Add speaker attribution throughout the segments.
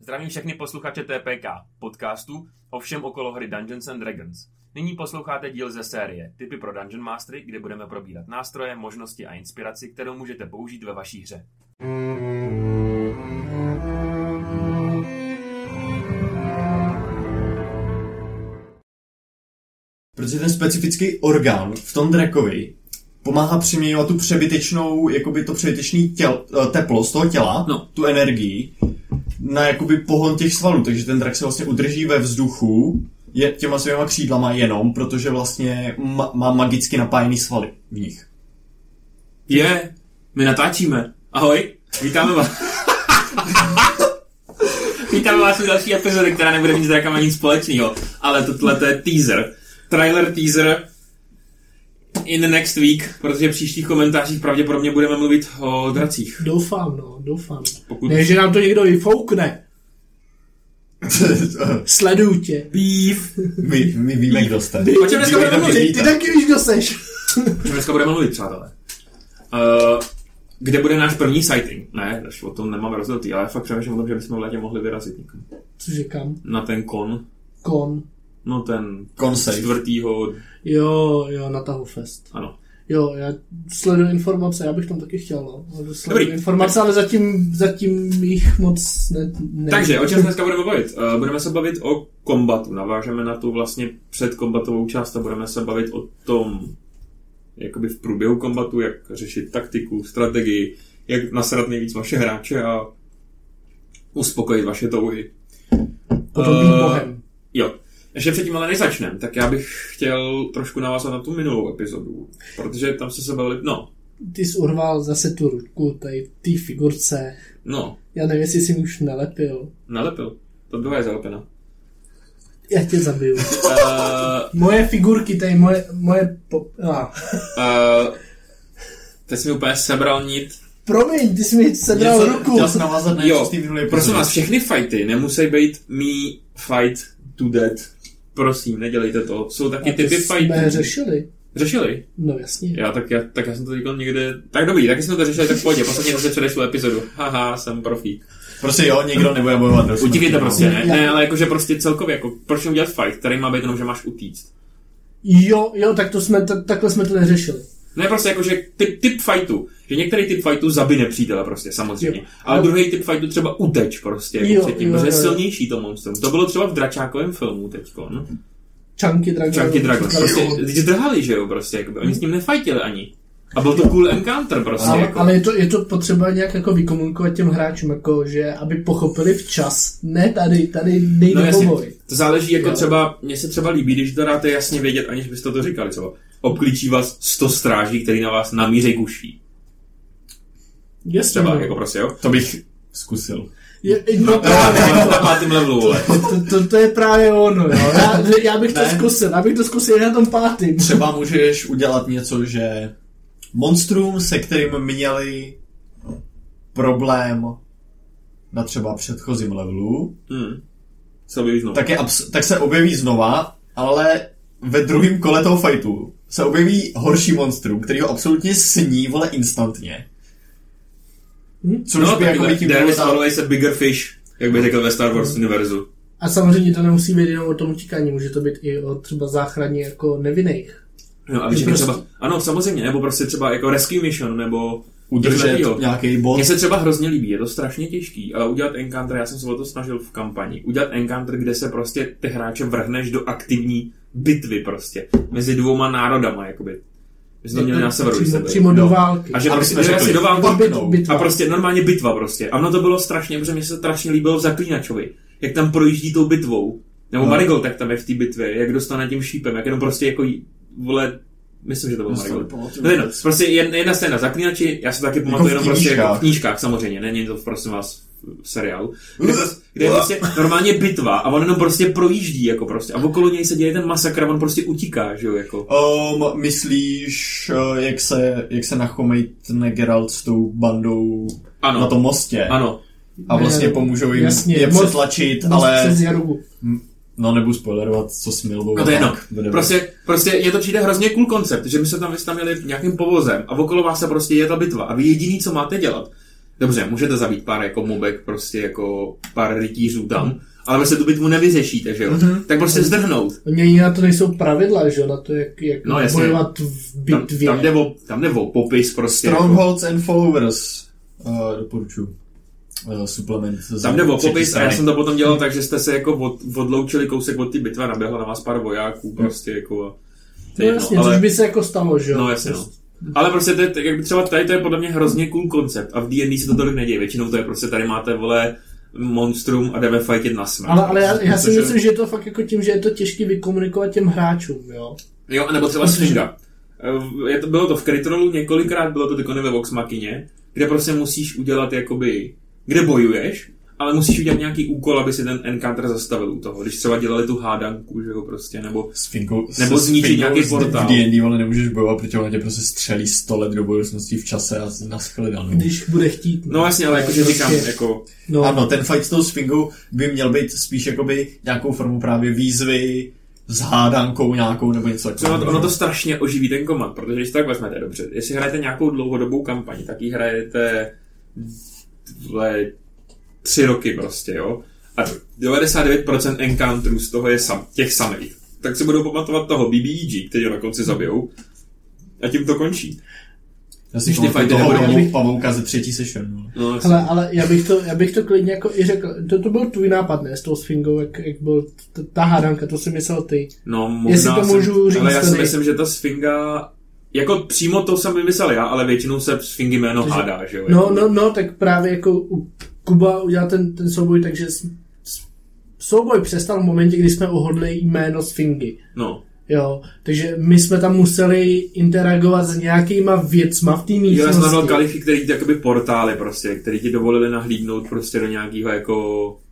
Speaker 1: Zdravím všechny posluchače TPK, podcastu o všem okolo hry Dungeons and Dragons. Nyní posloucháte díl ze série Typy pro Dungeon Mastery, kde budeme probírat nástroje, možnosti a inspiraci, kterou můžete použít ve vaší hře.
Speaker 2: Protože ten specifický orgán v tom drakovi pomáhá přeměňovat tu přebytečnou, jakoby to přebytečný těl, eh, teplo z toho těla,
Speaker 3: No.
Speaker 2: tu energii, na jakoby pohon těch svalů, takže ten drak se vlastně udrží ve vzduchu je těma svýma křídlama jenom, protože vlastně ma- má magicky napájený svaly v nich.
Speaker 3: Je, my natáčíme. Ahoj, vítáme vás. vítáme vás u další epizody, která nebude mít s drakama nic společného, ale tohle to je teaser. Trailer teaser in next week, protože v příštích komentářích pravděpodobně budeme mluvit o dracích.
Speaker 4: Doufám, no, doufám.
Speaker 3: Pokud-
Speaker 4: Ne, že nám to někdo vyfoukne. Sleduju tě.
Speaker 3: Beef.
Speaker 2: my, my víme, kdo jste.
Speaker 3: O čem dneska budeme mluvit?
Speaker 4: Ty, ty taky víš, kdo seš.
Speaker 3: Dneska budeme mluvit, přátelé. Uh, kde bude náš první sighting? Ne, až o tom nemám rozhodnutý, ale fakt přemýšlím o tom, že bychom v létě mohli vyrazit někam.
Speaker 4: Cože kam?
Speaker 3: Na ten kon.
Speaker 4: Kon.
Speaker 3: No ten
Speaker 2: Konsej.
Speaker 3: čtvrtýho,
Speaker 4: Jo, jo, na tahu fest.
Speaker 3: ano.
Speaker 4: Jo, já sleduju informace, já bych tam taky chtěl, no. Ale Sleduju
Speaker 3: Dobrý.
Speaker 4: informace, ale zatím, zatím jich moc ne, ne.
Speaker 3: Takže, o čem se dneska budeme bavit? Eh, Budeme se bavit o kombatu. Navážeme na tu vlastně předkombatovou část a budeme se bavit o tom, jakoby v průběhu kombatu, jak řešit taktiku, strategii, jak nasrat nejvíc vaše hráče a uspokojit vaše touhy.
Speaker 4: Potom být
Speaker 3: Eh,
Speaker 4: bohem.
Speaker 3: Jo. Ještě předtím ale než začneme, tak já bych chtěl trošku navázat na tu minulou epizodu, protože tam se se bavili, no,
Speaker 4: Ty jsi urval zase tu ruku, tady v té figurce.
Speaker 3: no,
Speaker 4: Já nevím, jestli jsi mi už nalepil.
Speaker 3: nalepil. To byla je zalepena.
Speaker 4: Já tě zabiju.
Speaker 3: Eh,
Speaker 4: Moje figurky, tady moje, moje po... ah.
Speaker 3: Uh, teď jsi mi úplně sebral nit.
Speaker 4: Promiň, ty jsi mi sebral
Speaker 2: Chtěl jsem-
Speaker 4: ruku.
Speaker 2: Chtěl jsem navázat na něco
Speaker 3: Jo,
Speaker 2: z té minulé
Speaker 3: prosím
Speaker 2: epizody.
Speaker 3: vás, všechny fighty nemusí být me fight to death. Prosím, nedělejte to. Jsou taky
Speaker 4: A to
Speaker 3: typy
Speaker 4: jsme
Speaker 3: fightů.
Speaker 4: řešili.
Speaker 3: Řešili?
Speaker 4: No jasně.
Speaker 3: Já tak, já, tak já jsem to říkal někde... Tak dobrý, taky jsme to řešili, tak pojď, posledně zase předešlou epizodu. Haha, jsem profík.
Speaker 2: Prostě jo, nikdo nebude bojovat. do smrti,
Speaker 3: Utíkejte
Speaker 2: no.
Speaker 3: prostě, ne?
Speaker 4: Já-
Speaker 3: Ne, ale jakože prostě celkově, jako proč udělat fight, který má být jenom, že máš utíct?
Speaker 4: Jo, jo, tak to jsme, t- takhle jsme to neřešili.
Speaker 3: Ne, prostě jakože typ, typ fightu. Že některý typ fightu zabije nepřítele prostě, samozřejmě.
Speaker 4: Jo.
Speaker 3: Ale
Speaker 4: Jo.
Speaker 3: druhý typ fightu třeba uteč prostě, jako
Speaker 4: Jo,
Speaker 3: předtím,
Speaker 4: jo,
Speaker 3: protože je
Speaker 4: jo, jo.
Speaker 3: silnější to monstrum. To bylo třeba v dračákovém filmu teďko, no.
Speaker 4: Chunky Dragon.
Speaker 3: Chunky Dragon. Prostě, lidi zdrhali, že jo, prostě, jakoby. Oni s ním nefajtili ani. A byl to cool encounter prostě,
Speaker 4: Ale,
Speaker 3: jako.
Speaker 4: ale je, to, je to potřeba nějak jako vykomunikovat těm hráčům, jako, že aby pochopili včas. Ne tady, tady
Speaker 3: No
Speaker 4: nejde
Speaker 3: jasně,
Speaker 4: no, boj.
Speaker 3: to záleží jako
Speaker 4: Jo.
Speaker 3: třeba, mně se třeba líbí, když to dáte jasně vědět, aniž byste to říkali třeba. Obklíčí vás 100 stráží, který na vás namíří kuší.
Speaker 4: Jasně,
Speaker 3: Třeba,
Speaker 4: no.
Speaker 3: jako prostě, jo.
Speaker 2: To bych zkusil.
Speaker 4: Je, no právě,
Speaker 3: Na- Na pátém levelu, vole.
Speaker 4: to, to, to, je právě ono, jo. Já, já bych to
Speaker 2: Ne.
Speaker 4: zkusil, já bych to zkusil i na tom pátým.
Speaker 2: Třeba můžeš udělat něco, že monstrum, se kterým měli problém na třeba předchozím levelu,
Speaker 3: Hmm. Co by znovu.
Speaker 2: tak, je abs- tak se objeví znova, ale ve druhém kole toho fightu se objeví horší monstrum, který ho absolutně sní, vole, instantně.
Speaker 4: Hm?
Speaker 2: Což
Speaker 3: No,
Speaker 2: by jako by tím
Speaker 3: there is
Speaker 2: bylo
Speaker 3: always a bigger fish, jak by řekl ve Star Wars
Speaker 2: Mm.
Speaker 3: univerzu.
Speaker 4: A samozřejmě to nemusí být jenom o tom utíkání, může to být i o třeba záchraně jako nevinných.
Speaker 3: No a víš,
Speaker 4: Prostě.
Speaker 3: třeba, ano, samozřejmě, nebo prostě třeba jako Rescue Mission, nebo
Speaker 2: udržet
Speaker 3: Jo.
Speaker 2: nějaký bod.
Speaker 3: Mně se třeba hrozně líbí, je to strašně těžký, ale udělat encounter, já jsem se o to snažil v kampani, udělat encounter, kde se prostě ty hráče vrhneš do aktivní bitvy prostě, mezi dvouma národama, jakoby. My jsme to měli na severu, když
Speaker 4: přímo,
Speaker 3: jsem byl.
Speaker 4: přímo do
Speaker 2: jo.
Speaker 4: války.
Speaker 3: A že
Speaker 2: Aby
Speaker 3: prostě,
Speaker 2: jsme
Speaker 3: že
Speaker 2: řekli,
Speaker 3: asi do války,
Speaker 4: Bit-
Speaker 2: no.
Speaker 4: bitva.
Speaker 3: A prostě normálně bitva prostě. A ono to bylo strašně, protože mě se strašně líbilo v Zaklínačovi, jak tam projíždí tou bitvou. Nebo no.
Speaker 2: No.
Speaker 3: Marigold, jak tam je v té bitvě, jak dostane tím šípem, jak jenom prostě jako jí- vole, myslím, že to byl
Speaker 2: No,
Speaker 3: Marigold.
Speaker 2: to nepamatuju
Speaker 3: No, jedno,
Speaker 2: vůbec.
Speaker 3: prostě jen- jedna scéna Zaklínači, já se taky pamatuju
Speaker 2: v
Speaker 3: jenom prostě
Speaker 2: knížkách.
Speaker 3: jako v knížkách samozřejmě, není to prosím vás v seriálu, kde, prostě, kde je prostě normálně bitva a on jenom prostě projíždí jako prostě a okolo něj se děje ten masakr a on prostě utíká, že jo, jako.
Speaker 2: Um, myslíš, eh, jak se, jak se nachomejtne Geralt s tou bandou
Speaker 3: Ano.
Speaker 2: na tom mostě?
Speaker 3: Ano,
Speaker 2: A vlastně pomůžou jim
Speaker 4: Jasně,
Speaker 2: je
Speaker 4: most-
Speaker 2: přetlačit,
Speaker 4: Most
Speaker 2: ale...
Speaker 4: Přes Jarubu.
Speaker 2: No nebudu spoilerovat, co smil, bo
Speaker 3: No to je jedno.
Speaker 2: tak bude-
Speaker 3: Prostě, prostě je to přijde hrozně cool koncept, že my se tam, vy jste tam jeli nějakým povozem a okolo vás se prostě je ta bitva a vy jediný, co máte dělat, Dobře, můžete zabít pár jako mobek, prostě jako pár rytířů tam, ale vlastně tu bitvu nevyřešíte, že jo?
Speaker 2: Mhm.
Speaker 3: Tak prostě zdrhnout.
Speaker 4: Oni ani na to nejsou pravidla, že jo, na to, jak, jak
Speaker 3: No, jasně.
Speaker 4: bojovat v
Speaker 3: Tam,
Speaker 4: bitvě.
Speaker 3: tam, jde o, tam jde o popis prostě. jako-
Speaker 2: Strongholds and Followers. Uh, doporučuju. Uh, suplement. z
Speaker 3: Tam jde o
Speaker 2: třetí
Speaker 3: popis a já
Speaker 2: strany.
Speaker 3: jsem to potom dělal tak, že jste se jako od, odloučili kousek od té bitvy a naběhlo na vás pár vojáků prostě jako a... to
Speaker 4: no
Speaker 3: je jedno,
Speaker 4: jasně, ale... což by se jako stalo, že jo.
Speaker 3: No jasně no. Ale prostě to je, tak jak by třeba tady to je podle mě hrozně cool koncept a v D&D se to tolik neděje. Většinou to je prostě tady máte vole monstrum a jdeme fightit na smrt.
Speaker 4: Ale, ale já, já si
Speaker 3: Protože-
Speaker 4: myslím, že je to fakt jako tím, že je to těžké vykomunikovat těm hráčům, jo.
Speaker 3: Jo, nebo třeba
Speaker 4: Protože-
Speaker 3: Sfinga. Eh, Je to, bylo to v Kritrolu několikrát, bylo to teď ve Vox Machině, kde prostě musíš udělat jakoby, kde bojuješ, ale musíš udělat nějaký úkol, aby si ten encounter zastavil u toho. Když třeba dělali tu hádanku, že jo, prostě, nebo...
Speaker 2: S finkou,
Speaker 3: Nebo
Speaker 2: se
Speaker 3: zničit
Speaker 2: Finkou
Speaker 3: nějaký
Speaker 2: v-
Speaker 3: portál.
Speaker 2: V D&D ale nemůžeš bojovat, protože ona tě prostě střelí 100 let do budoucnosti v čase a naschledanou.
Speaker 4: Když bude chtít.
Speaker 3: No jasně, ale jakože
Speaker 4: Prostě-
Speaker 3: říkám, jako...
Speaker 4: No,
Speaker 2: Ano, ten fight s tou Sfingou by měl být spíš jakoby nějakou formu právě výzvy s hádankou nějakou nebo něco
Speaker 3: Co ono, to, No, ono to
Speaker 2: takového.
Speaker 3: strašně oživí ten komand, protože když to tak vezmete, dobře, jestli hrajete nějakou dlouhodobou kampaň, tak ji hrajete vle, tři roky prostě, jo? A 99% encounterů z toho je sam, těch samých. Tak si budou pamatovat toho BBEG, který ho na konci zabijou, a tím to končí.
Speaker 2: Já si
Speaker 3: když ty
Speaker 2: pamatuju
Speaker 3: fighty
Speaker 2: toho
Speaker 3: nebudou
Speaker 2: domů
Speaker 4: mít-
Speaker 2: pavouka ze třetí session. no.
Speaker 3: No,
Speaker 4: Hele, ale já bych, to, já bych to klidně jako i řekl, to, to byl tvůj nápad, ne, s tou sfingou, jak, jak byl t- ta hádanka, to si myslel ty.
Speaker 3: no možná
Speaker 4: jestli to můžu
Speaker 3: jsem,
Speaker 4: říct
Speaker 3: ale já si
Speaker 4: tady.
Speaker 3: myslím, že ta Sfinga, jako přímo to jsem vymyslel já, ale většinou se Sfingy jméno
Speaker 4: Takže-
Speaker 3: hádá, že jo?
Speaker 4: No,
Speaker 3: jako-
Speaker 4: no, no, tak právě jako u Kuba udělal ten, ten souboj, takže s, s, souboj přestal v momentě, kdy jsme uhodli jméno sfingy.
Speaker 3: no.
Speaker 4: Jo, takže my jsme tam museli interagovat s nějakýma věcma v té
Speaker 3: Jo, já jsem znal
Speaker 4: místnosti.
Speaker 3: kalify, který ti jakoby portály prostě, který ti dovolili nahlídnout prostě do nějakého jako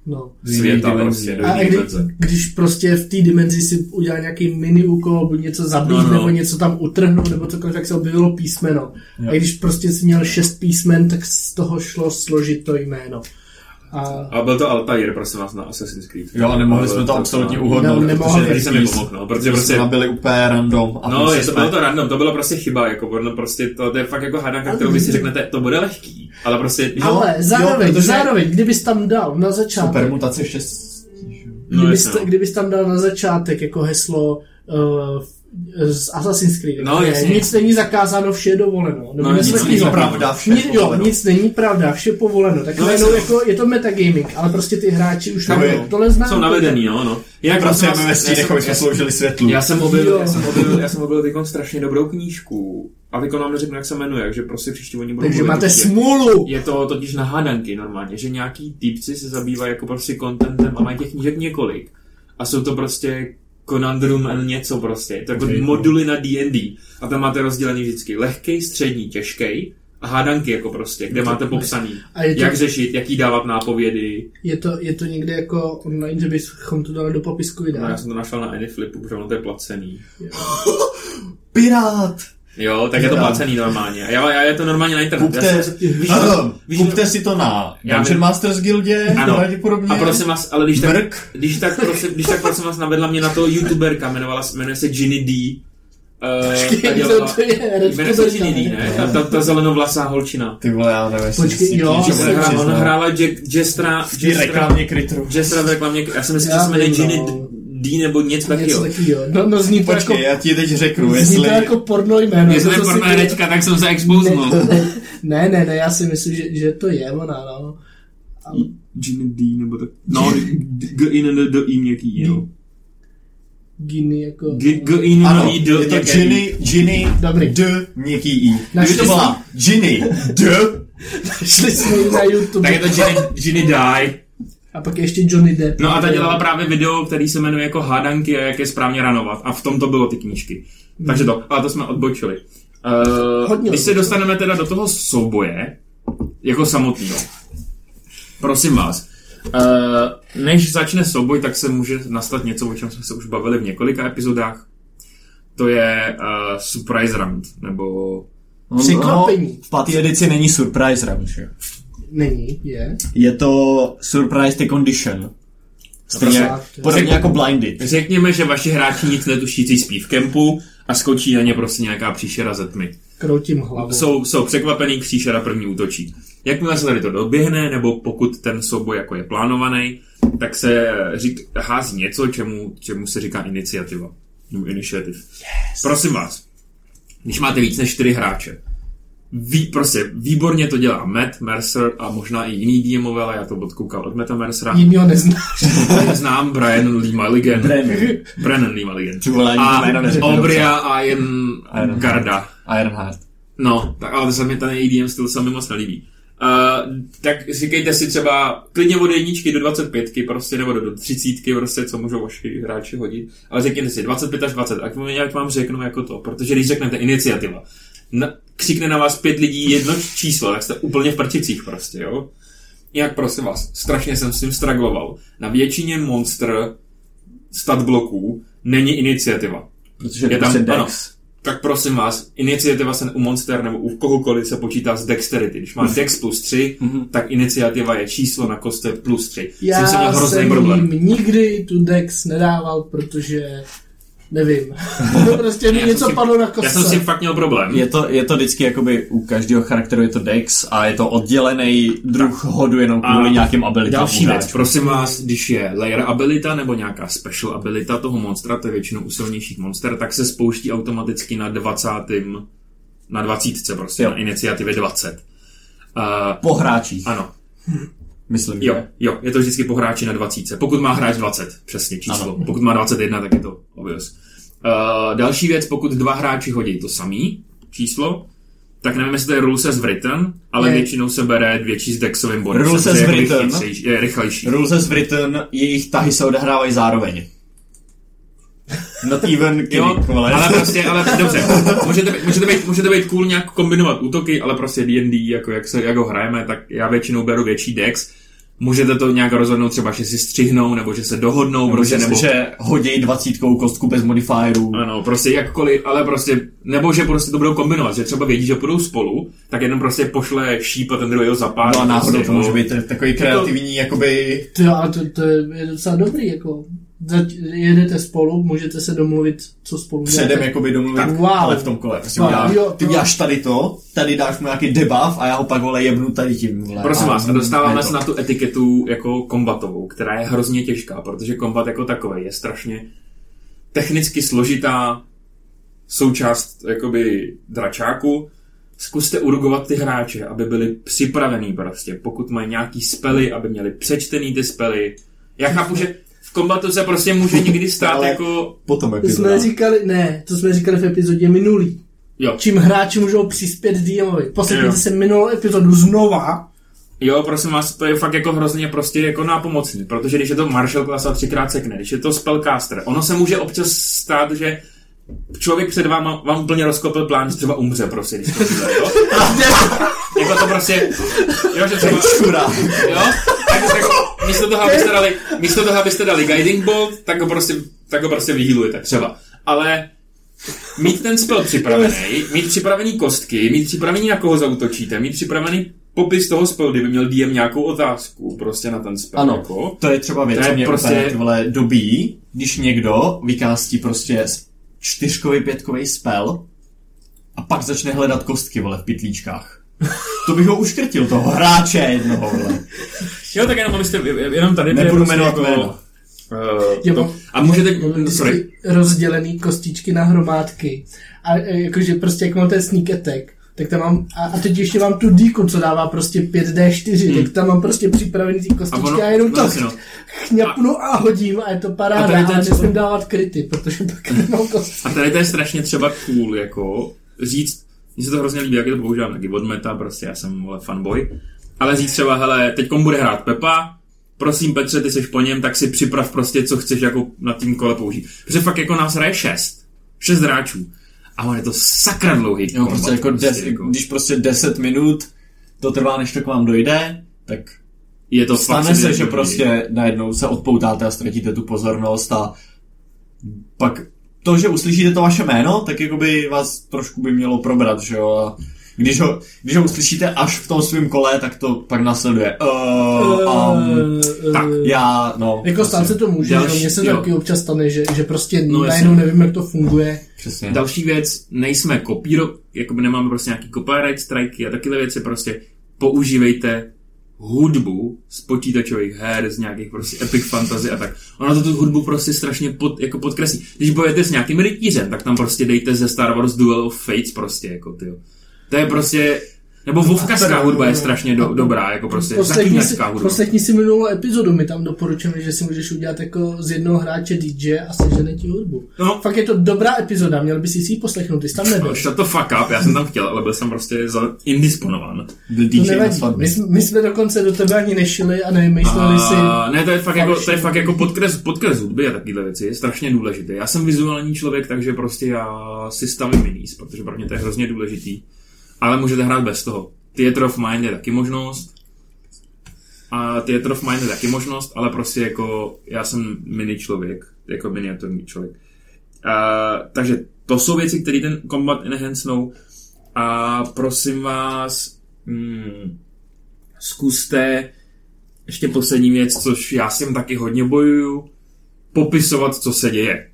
Speaker 4: No.
Speaker 2: Do jiných
Speaker 3: světa
Speaker 2: dimenzí,
Speaker 3: prostě,
Speaker 2: no.
Speaker 3: do
Speaker 4: A
Speaker 3: jiný
Speaker 4: kdy,
Speaker 3: dimenze.
Speaker 4: když prostě v té dimenzi si udělá nějaký mini úkol, buď něco zabít,
Speaker 3: No,
Speaker 4: no,
Speaker 3: no.
Speaker 4: no. nebo něco tam utrhnout, nebo cokoliv, tak se objevilo písmeno.
Speaker 2: Jo.
Speaker 4: Jo. A když prostě jsi měl šest písmen, tak z toho šlo složit to jméno. A
Speaker 3: A byl to Altair, prosím vás, na Assassin's Creed.
Speaker 2: Jo, a nemohli
Speaker 3: A
Speaker 2: jsme
Speaker 3: byl
Speaker 2: to absolutně
Speaker 3: no.
Speaker 2: uhodnout,
Speaker 4: Ne- nemohli.
Speaker 2: protože
Speaker 3: Který se mi
Speaker 2: pís-
Speaker 3: pomohl, no, protože
Speaker 2: jsme
Speaker 3: prostě...
Speaker 2: nabili úplně random. A
Speaker 3: No,
Speaker 2: prostě
Speaker 3: je to,
Speaker 2: jsme-
Speaker 3: bylo to random, to byla prostě chyba, jako ono prostě, to, to je fakt jako hádanka, kterou vy si řeknete, to bude lehký, ale prostě,
Speaker 2: Jo,
Speaker 4: ale zároveň,
Speaker 2: jo,
Speaker 4: jo,
Speaker 2: protože-
Speaker 4: zároveň, kdybys tam dal na začátek,
Speaker 2: Permutace šest.
Speaker 3: no,
Speaker 4: kdybys,
Speaker 3: jasně, no.
Speaker 4: kdybys tam dal na začátek jako heslo uh, z Assassin's Creed,
Speaker 3: No,
Speaker 4: které
Speaker 3: jasně.
Speaker 4: nic není zakázáno, vše je dovoleno. Nebo
Speaker 3: No,
Speaker 4: něco
Speaker 3: nic není
Speaker 4: takového.
Speaker 2: pravda, vše je
Speaker 4: Ni- jo,
Speaker 2: povoleno.
Speaker 4: nic není pravda, vše povoleno. Tak
Speaker 3: No,
Speaker 4: no, najednou
Speaker 3: jasně.
Speaker 4: jako je to metagaming, ale prostě ty hráči už
Speaker 2: Chápu.
Speaker 4: no, tohle znají.
Speaker 3: jsou navedený, no, no. Jinak, prosím
Speaker 2: Pracujeme
Speaker 3: vás,
Speaker 2: prostě ve
Speaker 3: já
Speaker 2: stínech,
Speaker 3: jsem-
Speaker 2: aby jsme sloužili světlu.
Speaker 3: Já jsem objevil,
Speaker 4: Jo.
Speaker 3: já jsem objevil, já jsem objevil teďkon strašně dobrou knížku. A teďkon vám neřeknu, jak se jmenuje, takže prostě příště oni budou
Speaker 4: Takže
Speaker 3: mluvit
Speaker 4: máte
Speaker 3: určitě.
Speaker 4: smůlu.
Speaker 3: Je to totiž na hádanky normálně, že nějaký týpci se zabývají jako prostě contentem a mají těch knížek několik. A jsou to prostě Conundrum and něco prostě. To jako
Speaker 2: Okay.
Speaker 3: moduly na D&D. A tam máte rozdělený vždycky lehký, střední, těžký a hádanky jako prostě, kde máte popsaný,
Speaker 4: A je to-
Speaker 3: jak řešit, jaký dávat nápovědy.
Speaker 4: Je to, je to někde jako online, že bychom to dali do popisku
Speaker 3: No, já
Speaker 4: videa.
Speaker 3: jsem to našel na Anyflipu, protože ono to je placený.
Speaker 2: Pirát!
Speaker 3: Jo, tak je to
Speaker 2: Dobrá.
Speaker 3: placený normálně. A já, já je to normálně na internetu. Já
Speaker 2: Kupte,
Speaker 3: jsem- víš,
Speaker 2: Ahem,
Speaker 3: víš,
Speaker 2: kupte si to na
Speaker 3: Já
Speaker 2: Dungeon
Speaker 3: vím.
Speaker 2: Masters Guildě,
Speaker 3: Ano.
Speaker 2: pravděpodobně.
Speaker 3: A prosím vás, ale když tak,
Speaker 2: Mrk.
Speaker 3: když tak, prosím, když tak prosím vás navedla mě na to youtuberka, jmenovala, se- jmenuje se Ginny D. Uh,
Speaker 4: Počkej, to- to je
Speaker 3: jmenuje se
Speaker 4: redpuberta,
Speaker 3: Ginny D,
Speaker 4: ne?
Speaker 3: ne? Ta, ta, ta zelenovlasá holčina.
Speaker 2: Ty vole, já nevím, jestli
Speaker 4: Počkej,
Speaker 2: si-
Speaker 4: jo,
Speaker 2: si-
Speaker 3: Ona
Speaker 2: si-
Speaker 4: ale-
Speaker 3: hrála-
Speaker 2: si-
Speaker 3: Ona hrála Je- Jestra,
Speaker 2: v té
Speaker 3: Jestra,
Speaker 2: reklamě krytru.
Speaker 3: Jestra v reklamě, já si myslím, že
Speaker 4: Já
Speaker 3: se jmenuje
Speaker 4: vím,
Speaker 3: Ginny
Speaker 4: no.
Speaker 3: D nebo něco
Speaker 4: Něco
Speaker 3: takového.
Speaker 4: takového. No, no zní to
Speaker 2: Počkej,
Speaker 4: jako,
Speaker 2: já ti teď řeknu,
Speaker 4: zní to
Speaker 2: jestli...
Speaker 4: jako porno jméno.
Speaker 3: Jestli
Speaker 4: to,
Speaker 3: je
Speaker 4: co si
Speaker 3: porná
Speaker 4: ty-
Speaker 3: herečka, no. tak jsem se expoznul.
Speaker 4: Ne, ne, ne, já si myslím, že, že to je ona, no.
Speaker 3: Ginny D nebo tak. No, G, N, D, I měkký, jo.
Speaker 4: Giny jako...
Speaker 3: G, G, N,
Speaker 2: Ano,
Speaker 3: I, D,
Speaker 2: je to
Speaker 3: nějaké I.
Speaker 2: Ginny, Ginny,
Speaker 4: Dobrý.
Speaker 2: D, měkký I. Kdyby
Speaker 4: Našli
Speaker 2: to byla Ginny, D,
Speaker 4: Šli jsme ji na YouTube.
Speaker 3: Tak je to Ginny, Ginny Die.
Speaker 4: A pak ještě Johnny Depp.
Speaker 3: No a ta dělala právě video, který se jmenuje jako hádanky a jak je správně ranovat. A v tom to bylo ty knížky. Takže to, ale to jsme odbočili. Uh,
Speaker 4: Hmm. Hodně
Speaker 3: když se
Speaker 4: odbočili.
Speaker 3: dostaneme teda do toho souboje, jako samotného, prosím vás, uh, než začne souboj, tak se může nastat něco, o čem jsme se už bavili v několika epizodách. To je uh, surprise round, nebo
Speaker 4: Překvapení.
Speaker 2: no, v páté edici není surprise round, že? jo?
Speaker 4: Není, je.
Speaker 2: Je to surprise the condition. Stejně,
Speaker 4: Dobrá.
Speaker 2: podobně jako blinded.
Speaker 3: řekněme, že vaši hráči nic netušící spí v kempu a skočí na ně prostě nějaká příšera ze tmy.
Speaker 4: Kroutím hlavu.
Speaker 3: jsou, jsou překvapený, kříšera první útočí. Jakmile se tady to doběhne, nebo pokud ten souboj jako je plánovaný, tak se řík, hází něco, čemu, čemu se říká iniciativa. Nebo initiative. Yes. Prosím vás, když máte víc než čtyři hráče, Ví, prostě, výborně to dělá Matt Mercer a možná i jiný DMové, ale já to odkoukal od Meta Mercera.
Speaker 4: Jinýho neznáš.
Speaker 3: Znám Brian Lee Mulligan.
Speaker 2: Brennan.
Speaker 3: Brennan Lee Mulligan.
Speaker 2: Ty vole, ani to jméno
Speaker 3: A
Speaker 2: neřeknu
Speaker 3: Obria a jen
Speaker 2: Iron
Speaker 3: Garda.
Speaker 2: Ironheart.
Speaker 3: No, tak ale se mi ten EDM styl se mi moc nelíbí. Uh, tak říkejte si třeba klidně od jedničky do 25, prostě, nebo do, do 30, prostě, co můžou vaši hráči hodit. Ale řekněte si 25 až 20, ať vám, ať vám řeknu jako to, protože když řeknete iniciativa, na, křikne na vás pět lidí jedno číslo, tak jste úplně v prčicích prostě, jo? Jak prosím vás, strašně jsem s tím stragloval. Na většině monster stat bloků není iniciativa.
Speaker 2: Protože
Speaker 3: Je
Speaker 2: je
Speaker 3: tam-
Speaker 4: prostě
Speaker 2: tam
Speaker 3: ano.
Speaker 2: Dex.
Speaker 3: Tak prosím vás, iniciativa se u Monster nebo u kohokoliv se počítá z Dexterity. Když
Speaker 4: Mhm.
Speaker 3: má Dex plus 3, tak iniciativa je číslo na koste plus 3. Já
Speaker 4: Já
Speaker 3: jsem měl hrozný
Speaker 4: jsem
Speaker 3: problém.
Speaker 4: jim nikdy tu Dex nedával, protože nevím. To prostě mi
Speaker 3: Já
Speaker 4: něco
Speaker 3: jsem si-
Speaker 4: padlo na
Speaker 3: Já jsem s tím
Speaker 4: kostce.
Speaker 3: fakt měl problém.
Speaker 2: Je to, je to vždycky jakoby u každého charakteru je to Dex a je to oddělený druh hodu jenom kvůli
Speaker 3: A
Speaker 2: nějakým abilitám.
Speaker 3: Další
Speaker 2: u
Speaker 3: věc,
Speaker 2: hráčů.
Speaker 3: prosím vás, když je layer abilita nebo nějaká special abilita toho monstra, to je většinou u silnějších monster, tak se spouští automaticky na 20. na 20. prostě,
Speaker 2: Jo.
Speaker 3: na iniciativě 20. Uh,
Speaker 2: Po hráčích,
Speaker 3: ano,
Speaker 2: myslím,
Speaker 3: Jo,
Speaker 2: že.
Speaker 3: jo, je to vždycky po hráči na 20. Pokud má hráč 20, přesně číslo. Ano.
Speaker 2: Ano.
Speaker 3: Pokud má 21, tak je to obvious. Uh, další věc, pokud dva hráči hodí to samý číslo, tak nevím, jestli to je rules as written, ale
Speaker 4: Ne.
Speaker 3: většinou se bere větší s dexovým bodem.
Speaker 2: Rules
Speaker 3: Samozřejmě
Speaker 2: as
Speaker 3: jakoby
Speaker 2: written.
Speaker 3: chytřejší- Je rychlejší.
Speaker 2: Rules Britain, jejich tahy se odehrávají zároveň. Not even kidding,
Speaker 3: Jo,
Speaker 2: vole.
Speaker 3: ale prostě, ale dobře, můžete, být- můžete, být, můžete být cool nějak kombinovat útoky, ale prostě D&D, jako jak, se, jak ho hrajeme, tak já většinou beru větší dex. Můžete to nějak rozhodnout třeba, že si střihnou, nebo že se dohodnou,
Speaker 2: Nebo
Speaker 3: prostě,
Speaker 2: že,
Speaker 3: nebo
Speaker 2: že hodějí dvacítkou kostku bez modifierů. No
Speaker 3: Ano, prostě jakkoliv, ale prostě, nebo že prostě to budou kombinovat, že třeba vědí, že půjdou spolu, tak jeden prostě pošle šíp a ten druhý ho zapálí.
Speaker 2: No a náhodou
Speaker 3: prostě,
Speaker 2: to může
Speaker 3: jo.
Speaker 2: být takový kreativní, jakoby...
Speaker 4: Ty jo, ale to, to je je docela dobrý, jako. Zač- Jedete spolu, můžete se domluvit, co spolu
Speaker 2: Předem jakoby domluvit,
Speaker 4: Tak, wow.
Speaker 2: ale v tom kole. Prostě
Speaker 3: No,
Speaker 4: Wow,
Speaker 2: uděláš,
Speaker 4: jo,
Speaker 2: ty
Speaker 4: to-
Speaker 2: uděláš tady to, tady dáš mu nějaký debuff a já ho pak vole jebnu tady tím. Vole.
Speaker 3: Prosím
Speaker 2: a,
Speaker 3: vás, a dostáváme
Speaker 2: je
Speaker 3: se
Speaker 2: to.
Speaker 3: na tu etiketu jako kombatovou, která je hrozně těžká, protože kombat jako takový je strašně technicky složitá součást jakoby dračáku. Zkuste urgovat ty hráče, aby byli připravený prostě, pokud mají nějaký spely, aby měli přečtený ty spely. Já chápu, že v kombatu se prostě může někdy stát
Speaker 2: Ale-
Speaker 3: jako...
Speaker 2: Potom
Speaker 4: To jsme
Speaker 2: epizoda.
Speaker 4: říkali, ne, to jsme říkali v epizodě minulý.
Speaker 3: Jo,
Speaker 4: Čím hráči můžou přispět DMovi.
Speaker 3: Jo.
Speaker 4: Posledněte si minulou epizodu znova.
Speaker 3: Jo, prosím vás, to je fakt jako hrozně prostě jako nápomocný, protože když je to Marshall klasa třikrát sekne, když je to Spellcaster, ono se může občas stát, že člověk před váma vám úplně rozkopil plán, že třeba umře prostě, když to přijde, jo? jako to prostě, jo, že třeba,
Speaker 2: Kurá.
Speaker 3: jo? Tak, tak místo, toho, abyste dali, místo toho, abyste dali Guiding Bolt, tak ho prostě, tak ho prostě vyhýlujete třeba. Ale mít ten spell připravený, mít připravený kostky, mít připravený, na koho zautočíte, mít připravený popis toho spellu, kdyby měl DM nějakou otázku prostě na ten spell.
Speaker 2: Ano,
Speaker 3: Jako.
Speaker 2: to je třeba věc,
Speaker 3: To je
Speaker 2: co mě
Speaker 3: prostě-
Speaker 2: prostě... úplně ty vole dobí, když někdo vykástí prostě s- čtyřkový, pětkový spell a pak začne hledat kostky, vole, v pitlíčkách. To bych ho uškrtil, toho hráče jednoho, vole.
Speaker 3: Jo, tak jenom, abyste, jenom tady...
Speaker 2: Nebudu jmenovat jméno.
Speaker 3: Uh,
Speaker 4: Já
Speaker 3: to,
Speaker 4: mám-
Speaker 3: a můžete...
Speaker 4: Já mám vždycky
Speaker 3: Sorry.
Speaker 4: rozdělený kostičky na hromádky. A e, jakože prostě jak mám ten sneak attack, tak tam mám, a, a teď ještě mám tu díku, co dává prostě 5D4, hmm. tak tam mám prostě připravený ty kostičky a,
Speaker 3: ono-
Speaker 4: a jenom to
Speaker 3: no, jasně, no.
Speaker 4: chňapnu a, hodím a je to
Speaker 3: A
Speaker 4: paráda,
Speaker 3: tady Hmm. to je
Speaker 4: ale
Speaker 3: třeba-
Speaker 4: nesmím dávat kryty, protože pak nemám kostičky.
Speaker 3: A tady to je strašně třeba cool, jako říct, mně se to hrozně líbí, jak je to používám taky od meta, prostě já jsem vole, fanboy, ale říct třeba, hele, teď bude hrát Pepa, prosím Petře, ty seš po něm, tak si připrav prostě, co chceš jako na tím kole použít. Protože fakt jako nás hraje šest, šest hráčů. A on je to sakra dlouhý.
Speaker 2: Jo,
Speaker 3: kombat,
Speaker 2: prostě jako, des, když prostě 10 minut to trvá, než to k vám dojde, tak
Speaker 3: je to fakt
Speaker 2: stane se, že
Speaker 3: silný.
Speaker 2: prostě najednou se odpoutáte a ztratíte tu pozornost a pak to, že uslyšíte to vaše jméno, tak jako by vás trošku by mělo probrat, že jo, a když ho, když ho uslyšíte až v tom svém kole, tak to pak následuje. Uh, um,
Speaker 3: tak,
Speaker 2: já, no.
Speaker 4: Eh, Jako stát se to může,
Speaker 3: Další-
Speaker 4: že mně se to
Speaker 3: prostě jo.
Speaker 4: taky občas stane, že, že prostě
Speaker 3: No,
Speaker 4: no,
Speaker 3: jasně. Jako
Speaker 4: najednou nevím, jak to funguje.
Speaker 2: Přesně.
Speaker 3: Další věc, nejsme kopíro, jakoby nemáme prostě nějaký copyright strajky a takové věci prostě. používejte hudbu z počítačových her, z nějakých prostě epic fantasy a tak. Ona to tu hudbu prostě strašně pod, jako podkreslí. Když bojujete s nějakým rytířem, tak tam prostě dejte ze Star Wars Duel of Fates prostě, jako ty. To je prostě... Nebo vovkaská hudba je strašně do, dobrá, jako prostě
Speaker 4: Poslechni si,
Speaker 3: zaklínačská hudba.
Speaker 4: poslechni si minulou epizodu, my tam doporučujeme, že si můžeš udělat jako z jednoho hráče DJ a sežene ti hudbu.
Speaker 3: No.
Speaker 4: Fakt je to dobrá epizoda, měl bys si ji poslechnout, ty jsi tam nebyl.
Speaker 3: No, Shut the fuck up, já jsem tam chtěl, ale byl jsem prostě za indisponován.
Speaker 2: The
Speaker 4: To
Speaker 2: DJ na
Speaker 4: nevadí. My,
Speaker 2: svatbě.
Speaker 4: jsme- my, jsme dokonce do tebe ani nešili a nevymýšleli si.
Speaker 3: A ne, to je fakt, jako, to je
Speaker 4: Další.
Speaker 3: fakt jako podkres, podkres hudby a takovéhle věci je strašně důležité. Já jsem vizuální člověk, takže prostě já si stavím minis, protože pro mě to je hrozně důležitý. Ale můžete hrát bez toho. Theater of Mind je taky možnost. A Theater of Mind je taky možnost, ale prostě jako já jsem mini člověk, jako miniaturní člověk. A, takže to jsou věci, které ten combat enhancnou. A prosím vás, mm, zkuste ještě poslední věc, což já s tím taky hodně bojuju, popisovat, co se děje.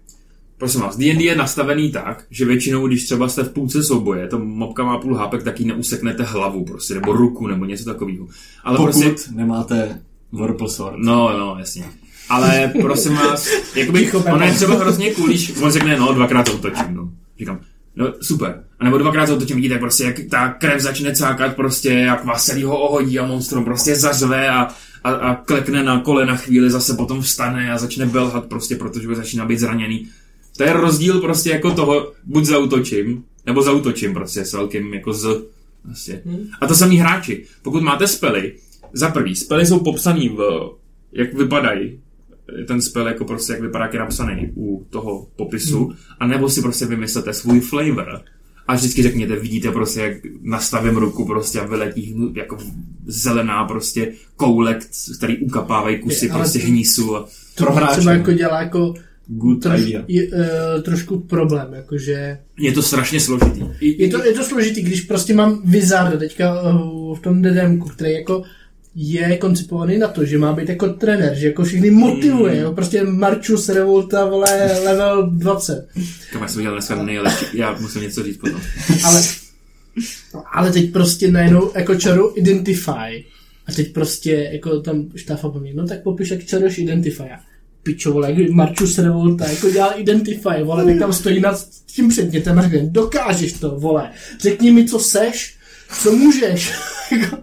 Speaker 3: Prosím vás, D&D je nastavený tak, že většinou, když třeba jste v půlce souboje, to mobka má půl hápek, tak jí neuseknete hlavu prostě, nebo ruku, nebo něco takového. Ale prostě...
Speaker 2: Pokud nemáte Warple Sword.
Speaker 3: No, no, jasně. Ale prosím vás, jako jakoby,
Speaker 4: Ticho,
Speaker 3: ono je
Speaker 4: Pepo.
Speaker 3: třeba hrozně cool, když on řekne, no, dvakrát to otočím, no. Říkám, no, super. A nebo dvakrát to otočím, vidíte, prostě, jak ta krev začne cákat, prostě, jak vás celýho ohodí a monstrum prostě zařve a, a, a klekne na kole na chvíli, zase potom vstane a začne belhat prostě, protože už začíná být zraněný. To je rozdíl prostě jako toho, buď zautočím, nebo zautočím prostě s velkým jako z. Prostě. A to samý hráči. Pokud máte spely, za prvý, spely jsou popsaný v, jak vypadají, ten spel jako prostě, jak vypadá, jak je napsaný u toho popisu, hmm. anebo si prostě vymyslete svůj flavor. A vždycky řekněte, vidíte prostě, jak nastavím ruku prostě a vyletí hnu- jako zelená prostě koule, k- který ukapávají kusy
Speaker 4: Je, ale
Speaker 3: prostě
Speaker 4: to-
Speaker 3: hnízu. A...
Speaker 4: to
Speaker 2: pro hráče.
Speaker 4: třeba jako dělá jako
Speaker 2: Good
Speaker 4: troš,
Speaker 2: idea.
Speaker 4: je, uh, trošku problém, jakože
Speaker 3: Je to strašně složitý. I,
Speaker 4: je to, je to složitý, když prostě mám Wizarda teďka eh, v tom DDMku, který jako je koncipovaný na to, že má být jako trenér, že jako všechny motivuje, jo? prostě Marchus Revolta, vole, level 20.
Speaker 3: Kam já jsem udělal dneska nejlepší, já musím něco říct potom.
Speaker 4: Ale, ale teď prostě najednou jako čaru identify. A teď prostě jako tam štáfa po mně, no tak popiš, jak čaruješ identify. Já, Pičo, vole, jak Marchus Revolta, jako dělal identify, vole, tak tam stojí nad tím předmětem a řekne, dokážeš to, vole, řekni mi, co seš, co můžeš. Jako-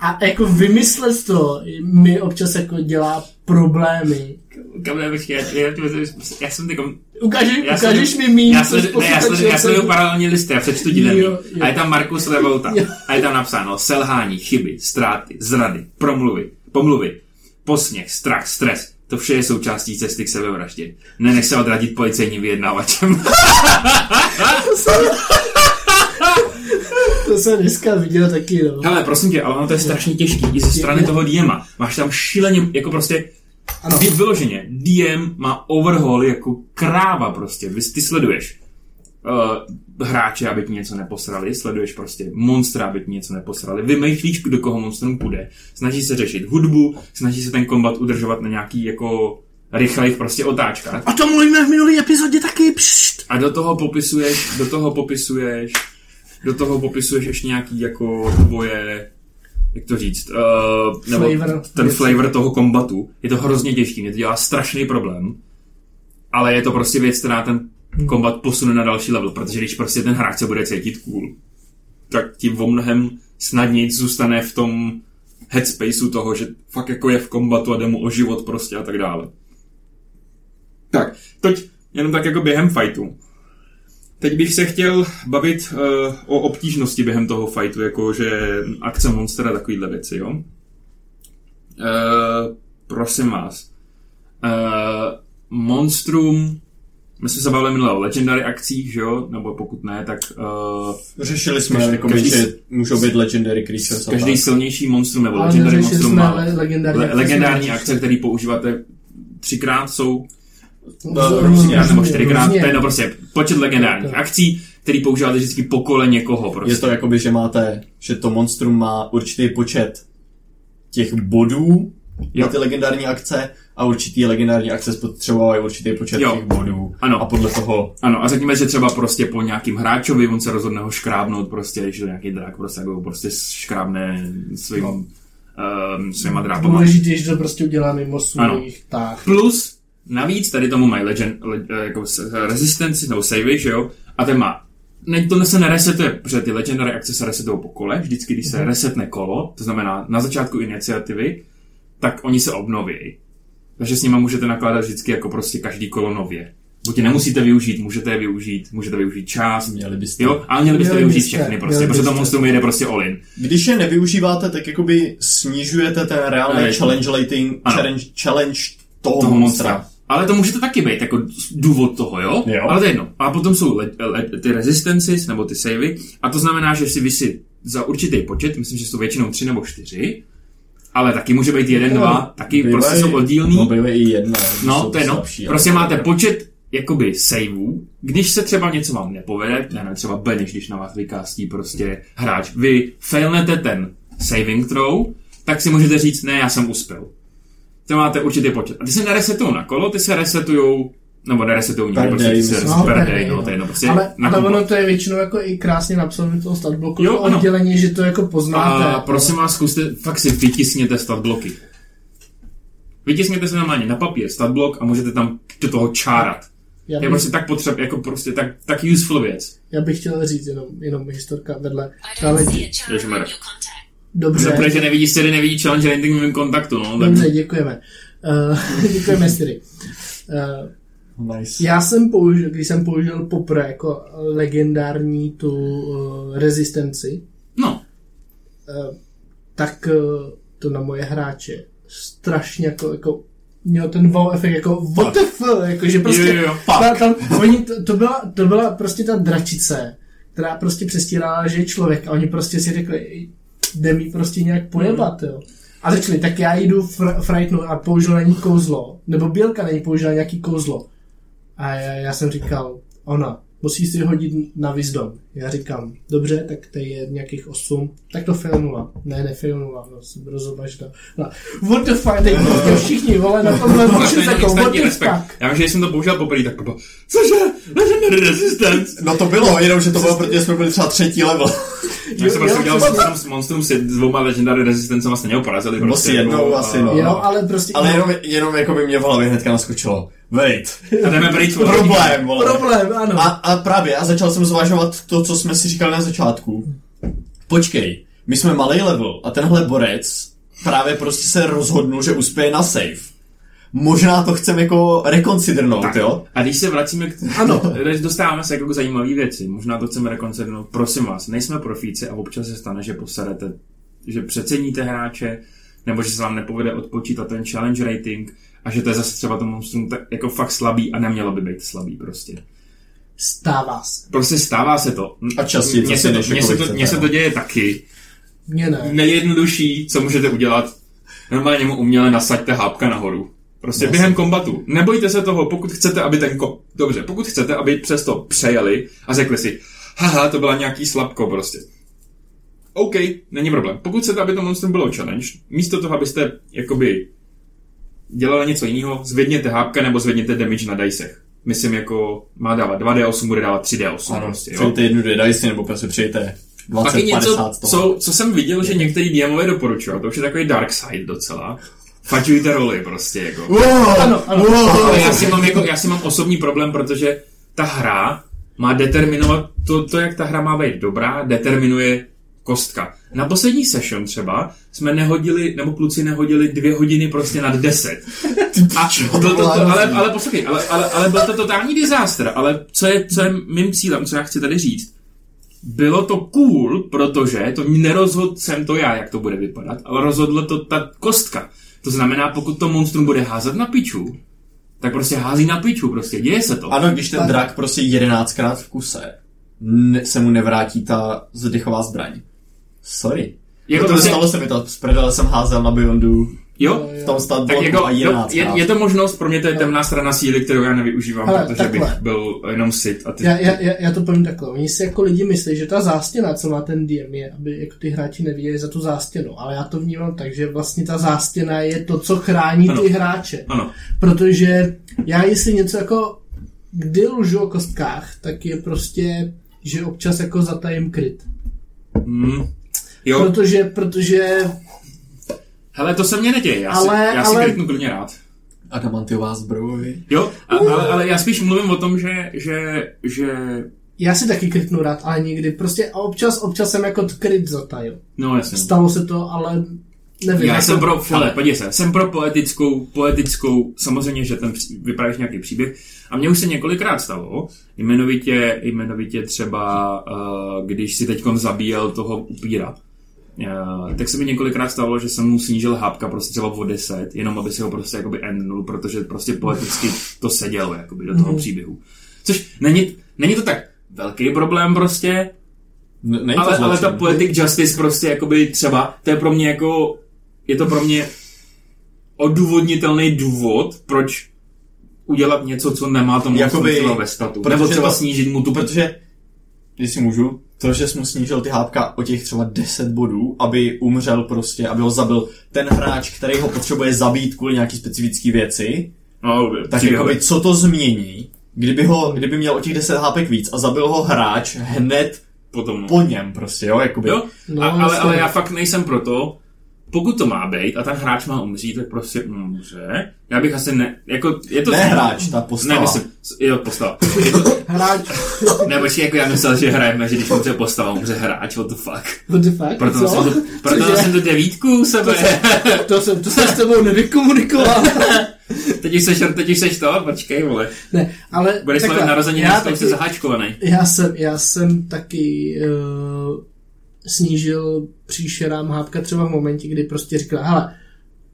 Speaker 4: a jako vymyslet to mi občas jako dělá problémy.
Speaker 3: Kam já bych chtěl, já, já jsem teďkom
Speaker 4: Ukážeš,
Speaker 3: Já jsem-
Speaker 4: ukážeš mi mín,
Speaker 3: Já jsem,
Speaker 4: co
Speaker 3: ne, já jsem, já jsem
Speaker 4: počítače-
Speaker 3: jeho paralelní listy, já přečtu
Speaker 4: Jo,
Speaker 3: dílem.
Speaker 4: jo.
Speaker 3: A je tam Markus Revolta.
Speaker 4: Jo.
Speaker 3: A je tam napsáno selhání, chyby, ztráty, zrady, promluvy, pomluvy, posměch, strach, stres. To vše je součástí cesty k sebevraždě. Nenech se odradit policejním vyjednávačem.
Speaker 4: To jsem dneska viděl taky, no.
Speaker 3: Hele, prosím tě, ale ono to je strašně těžký i ze strany toho DMa. Máš tam šíleně, jako prostě
Speaker 4: Ano.
Speaker 3: Vy vyloženě, DM má overhaul jako kráva prostě. Vy, ty sleduješ uh, hráče, aby ti něco neposrali, sleduješ prostě monstra, aby ti něco neposrali, vymýšlíš, do koho monstrum půjde, snaží se řešit hudbu, snaží se ten kombat udržovat na nějaký jako rychlých prostě otáčkách.
Speaker 4: O tom mluvíme v minulý epizodě taky, pšt.
Speaker 3: A do toho popisuješ, do toho popisuješ, do toho popisuješ ještě nějaký jako tvoje, jak to říct, uh, nebo
Speaker 4: Flavor.
Speaker 3: ten flavor toho kombatu. Je to hrozně těžký, mě to dělá strašný problém, ale je to prostě věc, která ten kombat posune na další level, protože když prostě ten hráč se bude cítit cool, tak ti o mnohem snadněji zůstane v tom headspaceu toho, že fakt jako je v kombatu a jde mu o život prostě a tak dále. Tak, teď jenom tak jako během fightu. Teď bych se chtěl bavit uh, o obtížnosti během toho fightu, jako že akce monstra a takovýhle věci, jo? Uh, prosím vás. Uh, Monstrum, my jsme se bavili minule o legendary akcích, že jo? Nebo pokud ne, tak uh,
Speaker 2: Řešili jsme,
Speaker 3: Každý-
Speaker 2: jakoby,
Speaker 3: každý-
Speaker 2: že můžou být legendary creatures. a
Speaker 3: Každý
Speaker 2: tak.
Speaker 3: silnější monstrum nebo
Speaker 4: Ale
Speaker 3: legendary
Speaker 4: neřešili
Speaker 3: monstrum
Speaker 4: jsme
Speaker 3: má
Speaker 4: le- legendární
Speaker 3: le-
Speaker 4: akce,
Speaker 3: legendární
Speaker 4: jsme
Speaker 3: akce,
Speaker 4: neřešili.
Speaker 3: který používáte třikrát, jsou
Speaker 2: No,
Speaker 3: třikrát nebo čtyřikrát, to je no
Speaker 4: dobré.
Speaker 3: prostě počet legendárních
Speaker 4: Tak.
Speaker 3: akcí, který používáte vždycky po kole někoho
Speaker 2: Je
Speaker 3: prostě.
Speaker 2: to jakoby, že máte, že to monstrum má určitý počet těch bodů, jo.
Speaker 3: Jo.
Speaker 2: na ty legendární akce a určitý legendární akce spotřebovají určitý počet
Speaker 3: Jo.
Speaker 2: těch bodů.
Speaker 3: Ano.
Speaker 2: A podle toho
Speaker 3: Ano, a řekněme, že třeba prostě po nějakým hráčovi, on se rozhodne ho škrábnout prostě, když je nějaký drak, prostě jako prostě škrábne svým, no. um, svýma drápama.
Speaker 4: Důležité, že to prostě udělá mimo svůj tah.
Speaker 3: Plus, navíc tady tomu mají legend, le, jako s- resistanci nebo savey, že jo? A ten má ne, to se neresetuje, protože ty legendary akce se resetují po kole, vždycky, když se resetne kolo, to znamená na začátku iniciativy, tak oni se obnoví. Takže s nima můžete nakládat vždycky jako prostě každý kolo nově. Buď je nemusíte využít, můžete je využít, můžete využít část,
Speaker 2: měli byste.
Speaker 3: jo, ale měli byste
Speaker 4: Měli
Speaker 3: využít
Speaker 4: byste,
Speaker 3: všechny prostě,
Speaker 4: měli
Speaker 3: protože to
Speaker 4: byste.
Speaker 3: monstrum jede prostě all in.
Speaker 2: Když je nevyužíváte, tak jakoby snižujete ten reálný
Speaker 3: Ne.
Speaker 2: challenge rating,
Speaker 3: Ano.
Speaker 2: challenge, challenge toho,
Speaker 3: toho
Speaker 2: monstra.
Speaker 3: monstra. Ale to můžete taky být jako důvod toho, jo?
Speaker 2: Jo.
Speaker 3: Ale to je jedno. A potom jsou le, le, ty resistances nebo ty savey. A to znamená, že si vy si za určitý počet, myslím, že jsou většinou tři nebo čtyři, ale taky může být jeden,
Speaker 2: No,
Speaker 3: dva, taky
Speaker 2: Bývají-
Speaker 3: prostě jsou oddílný.
Speaker 2: No, bývají i jedna.
Speaker 3: No,
Speaker 2: jsou
Speaker 3: to je no.
Speaker 2: slabší, ale-
Speaker 3: Prostě máte počet jakoby saveů, když se třeba něco vám nepovede, já nevím, třeba Beniš, když na vás vykástí prostě hráč, vy failnete ten saving throw, tak si můžete říct, ne, já jsem uspěl. To máte určitý počet. A ty se neresetujou na kolo, ty se resetujou, nebo neresetujou nikdy,
Speaker 2: Per
Speaker 3: prostě
Speaker 2: day,
Speaker 3: ty se
Speaker 2: myslím.
Speaker 3: resetujou per day,
Speaker 4: no.
Speaker 3: no, to je jedno, prostě
Speaker 4: ale,
Speaker 3: na
Speaker 4: ale
Speaker 3: kombo.
Speaker 4: ono to je většinou jako i krásně napsané v tom statbloku,
Speaker 3: Jo,
Speaker 4: to
Speaker 3: ano.
Speaker 4: oddělení, že to jako poznáte.
Speaker 3: A prostě prosím vás, zkuste, fakt si vytisněte statbloky. Vytisněte se normálně na papír statblok a můžete tam do toho čárat.
Speaker 4: já,
Speaker 3: Je
Speaker 4: bych,
Speaker 3: prostě tak potřeb, jako prostě tak, tak useful věc.
Speaker 4: já bych chtěl říct jenom, jenom historka vedle.
Speaker 5: I
Speaker 4: Ale
Speaker 5: don't see a challenge on
Speaker 3: Ježmar.
Speaker 5: your contact.
Speaker 4: dobře,
Speaker 3: Protože že nevidíš Siri, nevidí challenge rating v mém kontaktu, no. Tak...
Speaker 4: dobře, děkujeme. Uh, děkujeme, Siri. Uh,
Speaker 2: Nice.
Speaker 4: Já jsem použil, když jsem použil poprvé jako legendární tu uh, rezistenci,
Speaker 3: No,
Speaker 4: uh, tak uh, to na moje hráče strašně jako, jako měl ten wow efekt jako what the fuck, jako že prostě
Speaker 3: Jo, jo, jo,
Speaker 4: ta, tam, oni, to, to, byla, to byla prostě ta dračice, která prostě přestírala, že je člověk a oni prostě si řekli, jde mi prostě nějak pojebat, jo. A řekli, tak já jdu fr- frightnout a použil na ní kouzlo, nebo Bělka na ní použila nějaký kouzlo. A já, já jsem říkal, ona, musí si hodit na wisdom. Já říkám, dobře, tak to je nějakých 8. Tak to failnula. Ne, nefailnula, no, jsem rozobažda. No, what the fuck, teď prostě všichni, vole, na tomhle
Speaker 3: No, to
Speaker 4: můžu
Speaker 3: je
Speaker 4: jako, what
Speaker 3: instantní
Speaker 4: the
Speaker 3: respekt.
Speaker 4: fuck.
Speaker 3: Já vím, že když jsem to použil poprvé, tak to bylo, cože, legendary resistance.
Speaker 2: No to bylo, jenom že to bylo, protože jsme byli třeba třetí level.
Speaker 3: Já jsem prostě
Speaker 4: jo,
Speaker 3: udělal
Speaker 4: přesně.
Speaker 3: monstrum, s monstrum se dvouma legendary resistencema stejně ho porazili.
Speaker 2: Nebo
Speaker 3: prostě,
Speaker 2: si jednou
Speaker 3: jako,
Speaker 2: asi, no.
Speaker 4: Jo, ale prostě...
Speaker 2: Ale jenom, jenom jako by mě v hlavě hnedka naskočilo. Wait.
Speaker 3: A jdeme pryč. od-
Speaker 2: Problém, vole.
Speaker 4: Problém, ano.
Speaker 2: A, a právě, a začal jsem zvažovat to, co jsme si říkali na začátku. Počkej, my jsme malý level a tenhle borec právě prostě se rozhodnul, že uspěje na save. Možná to chceme jako rekonsidrnout,
Speaker 3: Tak.
Speaker 2: jo?
Speaker 3: A když se vracíme k...
Speaker 4: Ano.
Speaker 3: Když dostáváme se jako k zajímavé věci, možná to chceme rekoncernout, prosím vás, nejsme profíci a občas se stane, že poserete, že přeceníte hráče, nebo že se vám nepovede odpočítat ten challenge rating a že to je zase třeba to monstrum tak jako fakt slabý a nemělo by být slabý prostě.
Speaker 4: Stává se.
Speaker 3: Prostě stává se to.
Speaker 2: A častěji
Speaker 3: Mně
Speaker 2: zase,
Speaker 3: se, to,
Speaker 2: než
Speaker 3: mně
Speaker 2: jako
Speaker 3: se,
Speaker 2: vy
Speaker 3: to,
Speaker 2: chcete,
Speaker 3: mně se
Speaker 2: no.
Speaker 3: to děje taky.
Speaker 4: Mně ne.
Speaker 3: Nejjednodušší, co můžete udělat, normálně mu uměle nasaďte hápka nahoru. Prostě
Speaker 2: Jasně.
Speaker 3: během kombatu. Nebojte se toho, pokud chcete, aby ten ko... Dobře, pokud chcete, aby přesto přejeli a řekli si, haha, to byla nějaký slabko prostě. OK, není problém. Pokud chcete, aby to monstrum bylo challenge, místo toho, abyste jakoby dělali něco jiného, zvedněte hápka nebo zvedněte damage na dicech. Myslím, jako má dávat 2D8, bude dávat 3D8
Speaker 2: Ano,
Speaker 3: prostě, jo?
Speaker 2: přejte jednu, dvě dice, nebo prostě přejte 20,
Speaker 3: Pak je
Speaker 2: 50
Speaker 3: něco,
Speaker 2: toho.
Speaker 3: co, co jsem viděl, že některý DMové doporučují, to už je takový dark side docela. Faťujte roli prostě, jako.
Speaker 2: Wow,
Speaker 4: Ano, ano.
Speaker 2: Wow,
Speaker 3: Ale já si mám, jako, já si mám osobní problém, protože ta hra má determinovat, to, to jak ta hra má být dobrá, determinuje kostka. Na poslední session třeba jsme nehodili, nebo kluci nehodili dvě hodiny prostě nad deset. A byl to, to, ale, ale poslouchej, ale, ale, ale byl to totální disaster, ale co je, co je mým cílem, co já chci tady říct, bylo to cool, protože to nerozhodl jsem to já, jak to bude vypadat, ale rozhodla to ta kostka. To znamená, pokud to monstrum bude házet na piču, tak prostě hází na piču, prostě děje se to.
Speaker 2: Ano, když ten drak prostě jedenáctkrát v kuse ne, se mu nevrátí ta zdechová zbraň. Sorry.
Speaker 3: Jako
Speaker 2: Jako to
Speaker 3: prostě-
Speaker 2: stalo se mi to, z prdele jsem házel na Beyondu
Speaker 3: Jo?
Speaker 2: v tom stat
Speaker 3: Tak
Speaker 2: bloku
Speaker 3: jako,
Speaker 2: a
Speaker 3: no, je, je
Speaker 2: 11.
Speaker 3: to možnost, pro mě to je temná strana síly, kterou já nevyužívám,
Speaker 4: Ale
Speaker 3: protože
Speaker 4: takhle.
Speaker 3: bych byl jenom sit a ty...
Speaker 4: Já, já, já, já to povím takhle. Oni si jako lidi myslí, že ta zástěna, co má ten DM, je, aby jako ty hráči neviděli za tu zástěnu. Ale já to vnímám tak, že vlastně ta zástěna je to, co chrání
Speaker 3: Ano.
Speaker 4: ty hráče.
Speaker 3: Ano,
Speaker 4: Protože já jestli něco jako kdy lžu o kostkách, tak je prostě, že občas jako zatajím kryt.
Speaker 3: Hmm. Jo,
Speaker 4: Protože, protože
Speaker 3: hele, to se mně neděje, já,
Speaker 4: Ale-
Speaker 3: si, já si
Speaker 4: ale-
Speaker 3: kliknu klidně rád.
Speaker 2: Adamantiová zbroj.
Speaker 3: Jo, a,
Speaker 4: Uh.
Speaker 3: ale, ale já spíš mluvím o tom, že, že, že
Speaker 4: já si taky krytnu rád, ale nikdy. Prostě a občas, občas jsem jako kryt zatajil.
Speaker 3: no jasně.
Speaker 4: Stalo se to, ale nevím.
Speaker 3: Já
Speaker 4: jako-
Speaker 3: jsem pro, hele, podívej se, jsem pro poetickou, poetickou, samozřejmě, že ten pří- vyprávíš nějaký příběh. A mně už se několikrát stalo, jmenovitě, jmenovitě třeba, eh, když si teďkon zabíjel toho upíra, eh, tak se mi několikrát stalo, že jsem mu snížil hápka prostě třeba o 10, jenom aby si ho prostě jakoby endnul, protože prostě poeticky to sedělo jakoby do toho příběhu. Což není, není to tak velký problém prostě,
Speaker 2: N- není to
Speaker 3: ale, ale ta
Speaker 2: zločin.
Speaker 3: poetic justice prostě jakoby třeba, to je pro mě jako, je to pro mě odůvodnitelný důvod, proč udělat něco, co nemá tomu
Speaker 2: Jakoby-
Speaker 3: jakoby, ve statu.
Speaker 2: protože
Speaker 3: Nebo třeba
Speaker 2: to-
Speaker 3: snížit mu tu...
Speaker 2: Protože, když si můžu, to, že jsi mu snížil ty hápka o těch třeba 10 bodů, aby umřel prostě, aby ho zabil ten hráč, který ho potřebuje zabít kvůli nějaký specifické věci,
Speaker 3: No,
Speaker 2: tak
Speaker 3: příběhově.
Speaker 2: jakoby, co to změní, kdyby, ho, kdyby měl o těch 10 hápek víc a zabil ho hráč hned
Speaker 3: potom. no.
Speaker 2: po něm prostě, jo, jakoby.
Speaker 3: Jo?
Speaker 4: No,
Speaker 3: No, a, ale,
Speaker 4: jasně.
Speaker 3: ale já fakt nejsem proto, pokud to má být a ten hráč má umřít, tak prostě umře. Já bych asi ne... Jako, je to
Speaker 2: Ne hráč, ta postava.
Speaker 3: Ne, myslím, jo, postava. Je to,
Speaker 4: Hráč,
Speaker 3: ne, počkej, jako já myslel, že hrajeme, že když umře postava, umře hráč, what the fuck.
Speaker 4: what the fuck,
Speaker 3: Proto,
Speaker 4: co?
Speaker 3: jsem, to, proto
Speaker 4: Cože?
Speaker 3: jsem to devítku u sebe.
Speaker 4: To jsem, to jsem s tebou nevykomunikoval.
Speaker 3: teď už seš, teď už seš to, počkej, vole.
Speaker 4: ne, ale
Speaker 3: Budeš
Speaker 4: takhle,
Speaker 3: slavit narozeniny,
Speaker 4: já,
Speaker 3: já už
Speaker 4: taky,
Speaker 3: jsi zaháčkovaný.
Speaker 4: já, jsem, já jsem taky uh, snížil příšerám hápka třeba v momentě, kdy prostě říkala, hele,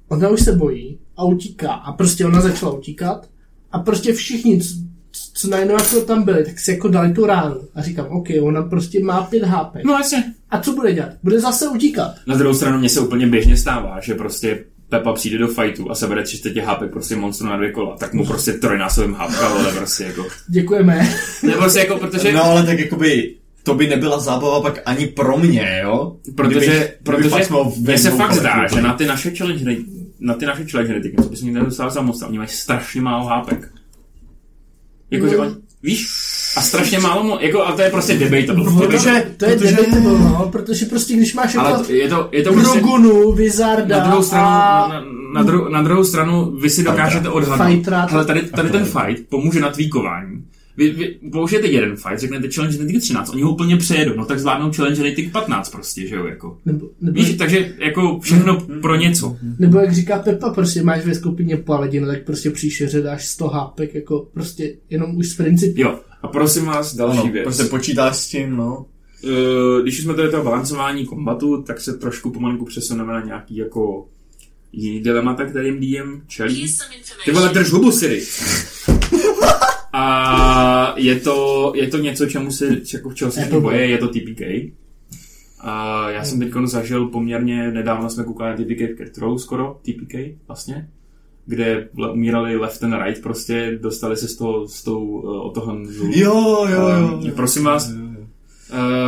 Speaker 4: ona už se bojí a utíká. A prostě ona začala utíkat a prostě všichni, co, co najednou jako tam byli, tak si jako dali tu ránu. A říkám, OK, ona prostě má pět hápek.
Speaker 3: No jasně.
Speaker 4: A co bude dělat? Bude zase utíkat.
Speaker 3: Na druhou stranu mě se úplně běžně stává, že prostě Pepa přijde do fightu a sebere 30 HP prostě monstru na dvě kola, tak mu prostě trojnásobím hápka, vole, prostě jako.
Speaker 4: Děkujeme.
Speaker 3: Ne, prostě jako, protože...
Speaker 2: No ale tak jakoby to by nebyla zábava pak ani pro mě, jo?
Speaker 3: Protože,
Speaker 2: Kdybych-
Speaker 3: protože
Speaker 2: kdybych fakt mohl
Speaker 3: mně se
Speaker 2: vezmout
Speaker 3: fakt zdá,
Speaker 2: kolektivně.
Speaker 3: že na ty naše challenge na ty naše challenge rady, co bys nikdy nedostal za moc, a oni mají strašně málo hápek. Jakože
Speaker 4: No.
Speaker 3: oni, víš, a strašně málo, mo- jako, a to je prostě debatable.
Speaker 2: Protože-
Speaker 4: to je
Speaker 2: protože-
Speaker 4: debatable, no, protože prostě když máš
Speaker 3: Ale
Speaker 4: jako
Speaker 3: to, je to, je to prostě,
Speaker 4: Rogunu, Vizarda
Speaker 3: na druhou stranu,
Speaker 4: a...
Speaker 3: na, na, dru, na druhou stranu vy si dokážete odhadnout,
Speaker 4: Fightera.
Speaker 3: ale tady, tady ten fight pomůže na tweakování. Vy, vy použijete jeden fight, řeknete challenge rating 13, oni ho úplně přejedou, no tak zvládnou challenge rating 15 prostě, že jo, jako.
Speaker 4: Nebo, nebo,
Speaker 3: Víš, takže jako všechno pro něco.
Speaker 4: nebo, jak říká Pepa, prostě máš ve skupině paladina, tak prostě příšeře dáš 100 hápek, jako prostě jenom už z principu.
Speaker 3: Jo, a prosím vás, další
Speaker 2: Ano,
Speaker 3: věc.
Speaker 2: prostě
Speaker 3: Prostě,
Speaker 2: počítáš s tím, no.
Speaker 3: když už jsme tady toho balancování kombatu, tak se trošku pomalinku přesuneme na nějaký jako jiný dilemata, kterým DM čelí.
Speaker 5: Here's some
Speaker 3: Ty
Speaker 5: information.
Speaker 3: vole, drž hubu, Siri. A je to, je to něco, čemu se, jako čeho se
Speaker 4: Je to
Speaker 3: všichni
Speaker 4: boj.
Speaker 3: boje, je to TPK. A já jsem teď zažil poměrně, nedávno jsme koukali na TPK v Kertrou skoro, TPK vlastně, kde le- umírali left and right, prostě dostali se s, toho, s tou eh, otohanzou.
Speaker 2: Jo, jo, jo.
Speaker 3: Ehm, prosím vás,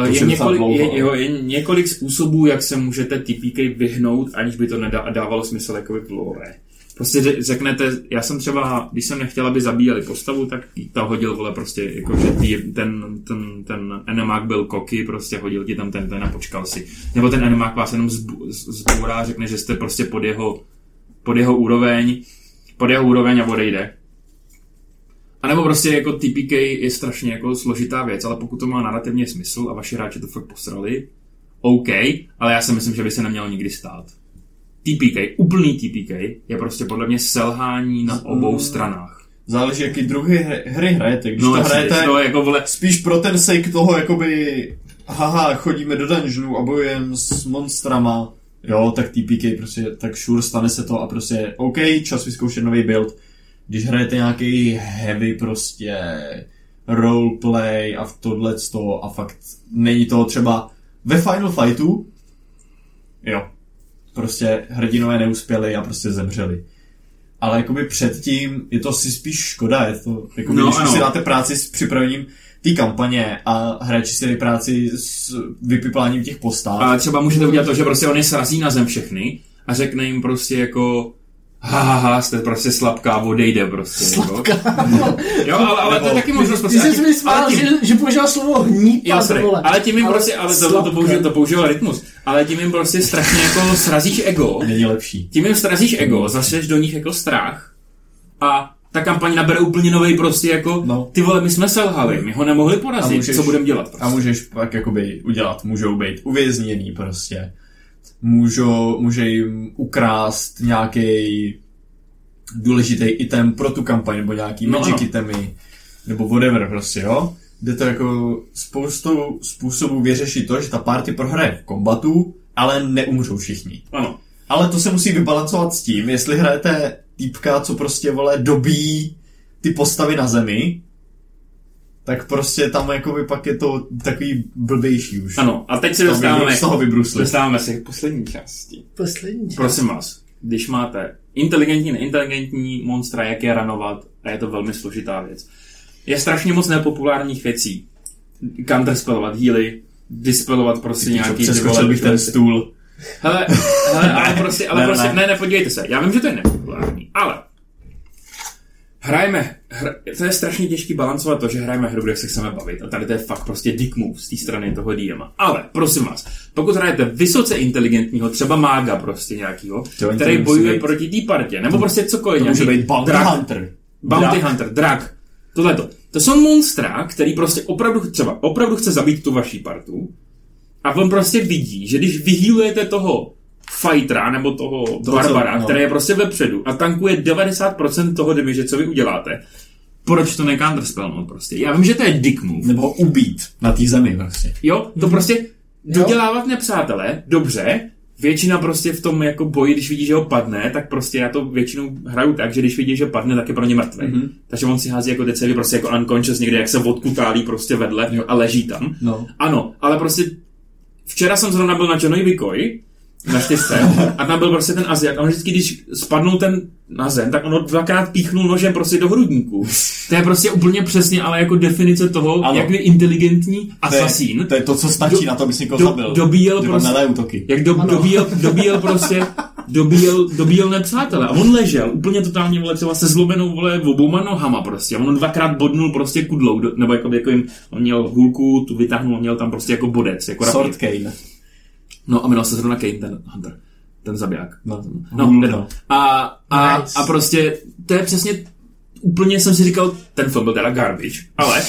Speaker 3: Eh,
Speaker 2: To
Speaker 3: je,
Speaker 2: jsem
Speaker 3: několik,
Speaker 2: dlouho, ale.
Speaker 3: je, jo, je několik způsobů, jak se můžete TPK vyhnout, aniž by to nedávalo smysl jako v lore. Prostě ř- řeknete, já jsem třeba, když jsem nechtěl, aby zabíjeli postavu, tak jí ta hodil, vole, prostě, jako, že tý, ten, ten, ten enemák byl koky, prostě hodil ti tam ten, ten a počkal si. Nebo ten enemák vás jenom zbu- z- zbourá, řekne, že jste prostě pod jeho, pod jeho úroveň, pod jeho úroveň a odejde. A nebo prostě jako TPK je strašně jako složitá věc, ale pokud to má narrativně smysl a vaši hráči to fakt posrali, OK, ale já si myslím, že by se nemělo nikdy stát. TPK, úplný TPK, je prostě podle mě selhání na obou stranách.
Speaker 2: Záleží, jaký druhy hry, hry hrajete. Když
Speaker 3: No,
Speaker 2: to
Speaker 3: jasně,
Speaker 2: hrajete
Speaker 3: no jako vole,
Speaker 2: spíš pro ten sake toho, jakoby, haha, chodíme do dungeonu a bojujeme s monstrama, jo, tak TPK prostě, tak sure, stane se to a prostě, OK, čas vyzkoušet nový build. Když hrajete nějaký heavy prostě roleplay a v tohle to a fakt není to třeba ve Final Fightu, jo, prostě hrdinové neuspěli a prostě zemřeli. Ale jakoby předtím je to si spíš škoda, je to, jakoby,
Speaker 6: No,
Speaker 2: no, když
Speaker 6: ano.
Speaker 2: si dáte práci s připravením té kampaně a hráči si dají práci s vypipláním těch postav.
Speaker 3: A třeba můžete udělat to, že prostě on je srazí na zem všechny a řekne jim prostě jako ha, ha, ha jste prostě slabká, odejde prostě. Slabká. Jako. Jo, ale, ale to je
Speaker 2: Nebo-
Speaker 3: taky možnost
Speaker 4: Ty
Speaker 3: prostě.
Speaker 4: jsi mi smál, že, že používal slovo
Speaker 3: Jo,
Speaker 4: hnípa,
Speaker 3: sorry,
Speaker 4: vole.
Speaker 3: ale tím jim prostě, ale to, to,
Speaker 4: slabka.
Speaker 3: použil, to použil rytmus, ale tím jim prostě strašně jako srazíš ego,
Speaker 2: Není lepší.
Speaker 3: tím jim srazíš ego, zašleš do nich jako strach a ta kampaň nabere úplně nový prostě jako, no.
Speaker 2: No.
Speaker 3: ty vole, my jsme selhali, my ho nemohli
Speaker 2: A
Speaker 3: porazit,
Speaker 2: můžeš-
Speaker 3: co budeme dělat
Speaker 2: A
Speaker 3: prostě.
Speaker 2: můžeš pak jakoby udělat, můžou být uvěznění prostě. Můžou, může jim ukrást nějaký důležitý item pro tu kampaň, nebo nějaký
Speaker 3: No
Speaker 2: no, magic
Speaker 3: ano.
Speaker 2: no. itemy, nebo whatever prostě, jo? Jde to jako spoustou způsobů vyřešit to, že ta party prohraje v kombatu, ale neumřou všichni.
Speaker 3: Ano.
Speaker 2: Ale to se musí vybalancovat s tím, jestli hrajete týpka, co prostě vole dobí ty postavy na zemi, tak prostě tam jakoby pak je to takový blbější už.
Speaker 3: Ano, a teď se
Speaker 2: To vy-
Speaker 3: dostáváme,
Speaker 2: z toho vybrusli.
Speaker 3: dostáváme se k poslední části.
Speaker 4: Poslední.
Speaker 3: Prosím vás, když máte inteligentní, neinteligentní monstra, jak je ranovat, a je to velmi složitá věc. Je strašně moc nepopulárních věcí. Counterspellovat healy, dispelovat prostě
Speaker 2: Ty pičo,
Speaker 3: nějaký... ty
Speaker 2: Přeskočil
Speaker 3: vole- prostě
Speaker 2: bych ten stůl.
Speaker 3: Hele, hele ale prostě, ale ne,
Speaker 2: ne,
Speaker 3: prostě, ne.
Speaker 2: ne.
Speaker 3: ne, ne, podívejte se, já vím, že to je nepopulární, ale hrajeme, hra, to je strašně těžký balancovat to, že hrajeme hru, kde se chceme bavit a tady to je fakt prostě dick move z té strany toho DM. Ale, prosím vás, pokud hrajete vysoce inteligentního, třeba mága prostě nějakýho,
Speaker 2: Jo, oni to
Speaker 3: který
Speaker 2: musí
Speaker 3: bojuje
Speaker 2: být-
Speaker 3: proti té partě, nebo prostě cokoliv,
Speaker 2: To může
Speaker 3: nějaký
Speaker 2: být Bounty
Speaker 3: drak,
Speaker 2: Hunter.
Speaker 3: Bounty
Speaker 2: Drak.
Speaker 3: Hunter, drak, tohleto. To jsou monstra, který prostě opravdu, třeba opravdu chce zabít tu vaší partu a on prostě vidí, že když vyhýlujete toho fightera nebo toho to,
Speaker 2: co-
Speaker 3: barbara, co,
Speaker 2: no.
Speaker 3: který je prostě vepředu a tankuje 90% toho damage, co vy uděláte, proč to necounterspellnout prostě? Já vím, že to je dick move.
Speaker 2: Nebo ho ubít na té zemi prostě.
Speaker 3: Jo, to prostě dodělávat nepřátelé, dobře, většina prostě v tom jako boji, když vidí, že ho padne, tak prostě já to většinou hraju tak, že když vidí, že padne, tak je pro ně mrtvý. Mm-hmm. Takže on si hází jako decevy prostě jako unconscious někde, jak se odkutálí prostě vedle jo. a leží tam.
Speaker 2: No.
Speaker 3: Ano, ale prostě včera jsem zrovna byl na Johnovi Vikoji, naštěstí, a tam byl prostě ten Aziat. A on vždycky, když spadnul ten na zem, tak ono dvakrát píchnul nožem prostě do hrudníku. To je prostě úplně přesně, ale jako definice toho, ano.
Speaker 2: Ano.
Speaker 3: jak je inteligentní
Speaker 2: To je-
Speaker 3: asasín,
Speaker 2: To je to, co stačí na to, aby si někoho
Speaker 3: do-
Speaker 2: zabil.
Speaker 3: dobíjel
Speaker 2: Že
Speaker 3: prostě-
Speaker 2: prostě. útoky.
Speaker 3: jak do, dobíjel, dobíjel prostě, dobíjel, dobíjel nepřátelé. A on ležel úplně totálně, vole, třeba se zlomenou, vole, obouma nohama prostě. A on dvakrát bodnul prostě kudlou, do, nebo jako, jako jim, on měl hůlku, tu vytáhnul, on měl tam prostě jako bodec, jako rapír.
Speaker 2: Sword Cane.
Speaker 3: No a jmenoval se zrovna Kane, ten Hunter, ten zabiják.
Speaker 2: No,
Speaker 3: No,
Speaker 2: Hůl,
Speaker 3: no. A, a,
Speaker 4: Nice.
Speaker 3: a prostě to je přesně úplně jsem si říkal, ten film byl teda garbage, ale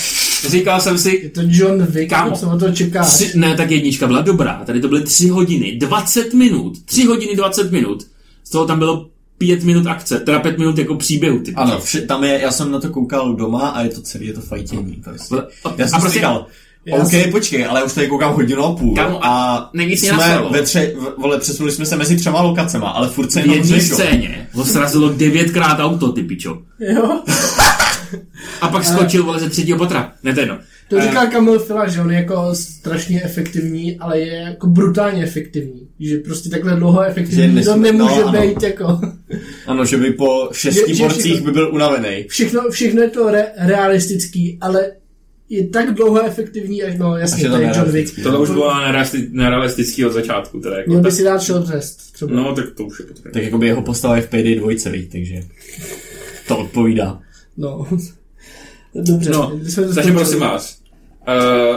Speaker 3: říkal jsem si,
Speaker 4: Je to John Wick,
Speaker 3: Kámo.
Speaker 4: Kámo. co o to čeká.
Speaker 3: Tři, ne, tak jednička byla dobrá. Tady to byly tři hodiny, 20 minut. Tři hodiny, 20 minut. Z toho tam bylo pět minut akce, teda pět minut jako příběhu. Ty.
Speaker 2: Ano, vše, tam je, já jsem na to koukal doma a je to celý, je to fajtění. Prostě.
Speaker 3: A-
Speaker 2: Já jsem
Speaker 3: a prostě-
Speaker 2: a prostě, říkal,
Speaker 4: Já
Speaker 2: OK,
Speaker 4: jsem-
Speaker 2: počkej, ale já už tady koukám hodinu a půl.
Speaker 3: Kámo,
Speaker 2: a
Speaker 3: nejvíc mě
Speaker 2: jsme
Speaker 3: nasralo.
Speaker 2: ve tře, v- vole, přesunuli jsme se mezi třema lokacema, ale furt se
Speaker 3: V
Speaker 2: jenom
Speaker 3: jedné
Speaker 2: řešil.
Speaker 3: scéně ho srazilo devětkrát auto, ty pičo.
Speaker 4: Jo?
Speaker 3: A pak skočil vole ze třetího patra. Ne, to je jedno. Eh,
Speaker 4: To říkal Kamil Fila, že on je jako strašně efektivní, ale je jako brutálně efektivní. Že prostě takhle dlouho
Speaker 2: Že je
Speaker 4: efektivní to
Speaker 2: nesmí-
Speaker 4: nemůže
Speaker 2: no, ano.
Speaker 4: být jako...
Speaker 2: Ano, že by po šesti
Speaker 4: Že- že
Speaker 2: porcích
Speaker 4: všichni-
Speaker 2: by byl unavený.
Speaker 4: Všechno, všechno je to re, realistický, ale je tak dlouho efektivní, až no
Speaker 2: Až
Speaker 4: jasně,
Speaker 2: je
Speaker 4: to
Speaker 2: to
Speaker 4: je John Wick.
Speaker 2: nerealistický.
Speaker 3: Tohle už bylo nerealisti- nerealistický od začátku. Teda jako,
Speaker 4: Měl by
Speaker 3: tak,
Speaker 4: si dát short rest, třeba.
Speaker 3: no, tak to už je potřeba.
Speaker 2: Tak jakoby jeho postava je v PD dvojce, víš, takže to odpovídá.
Speaker 4: No. Dobře,
Speaker 3: No,
Speaker 4: my jsme to
Speaker 3: takže
Speaker 4: skončili.
Speaker 3: prosím vás, uh,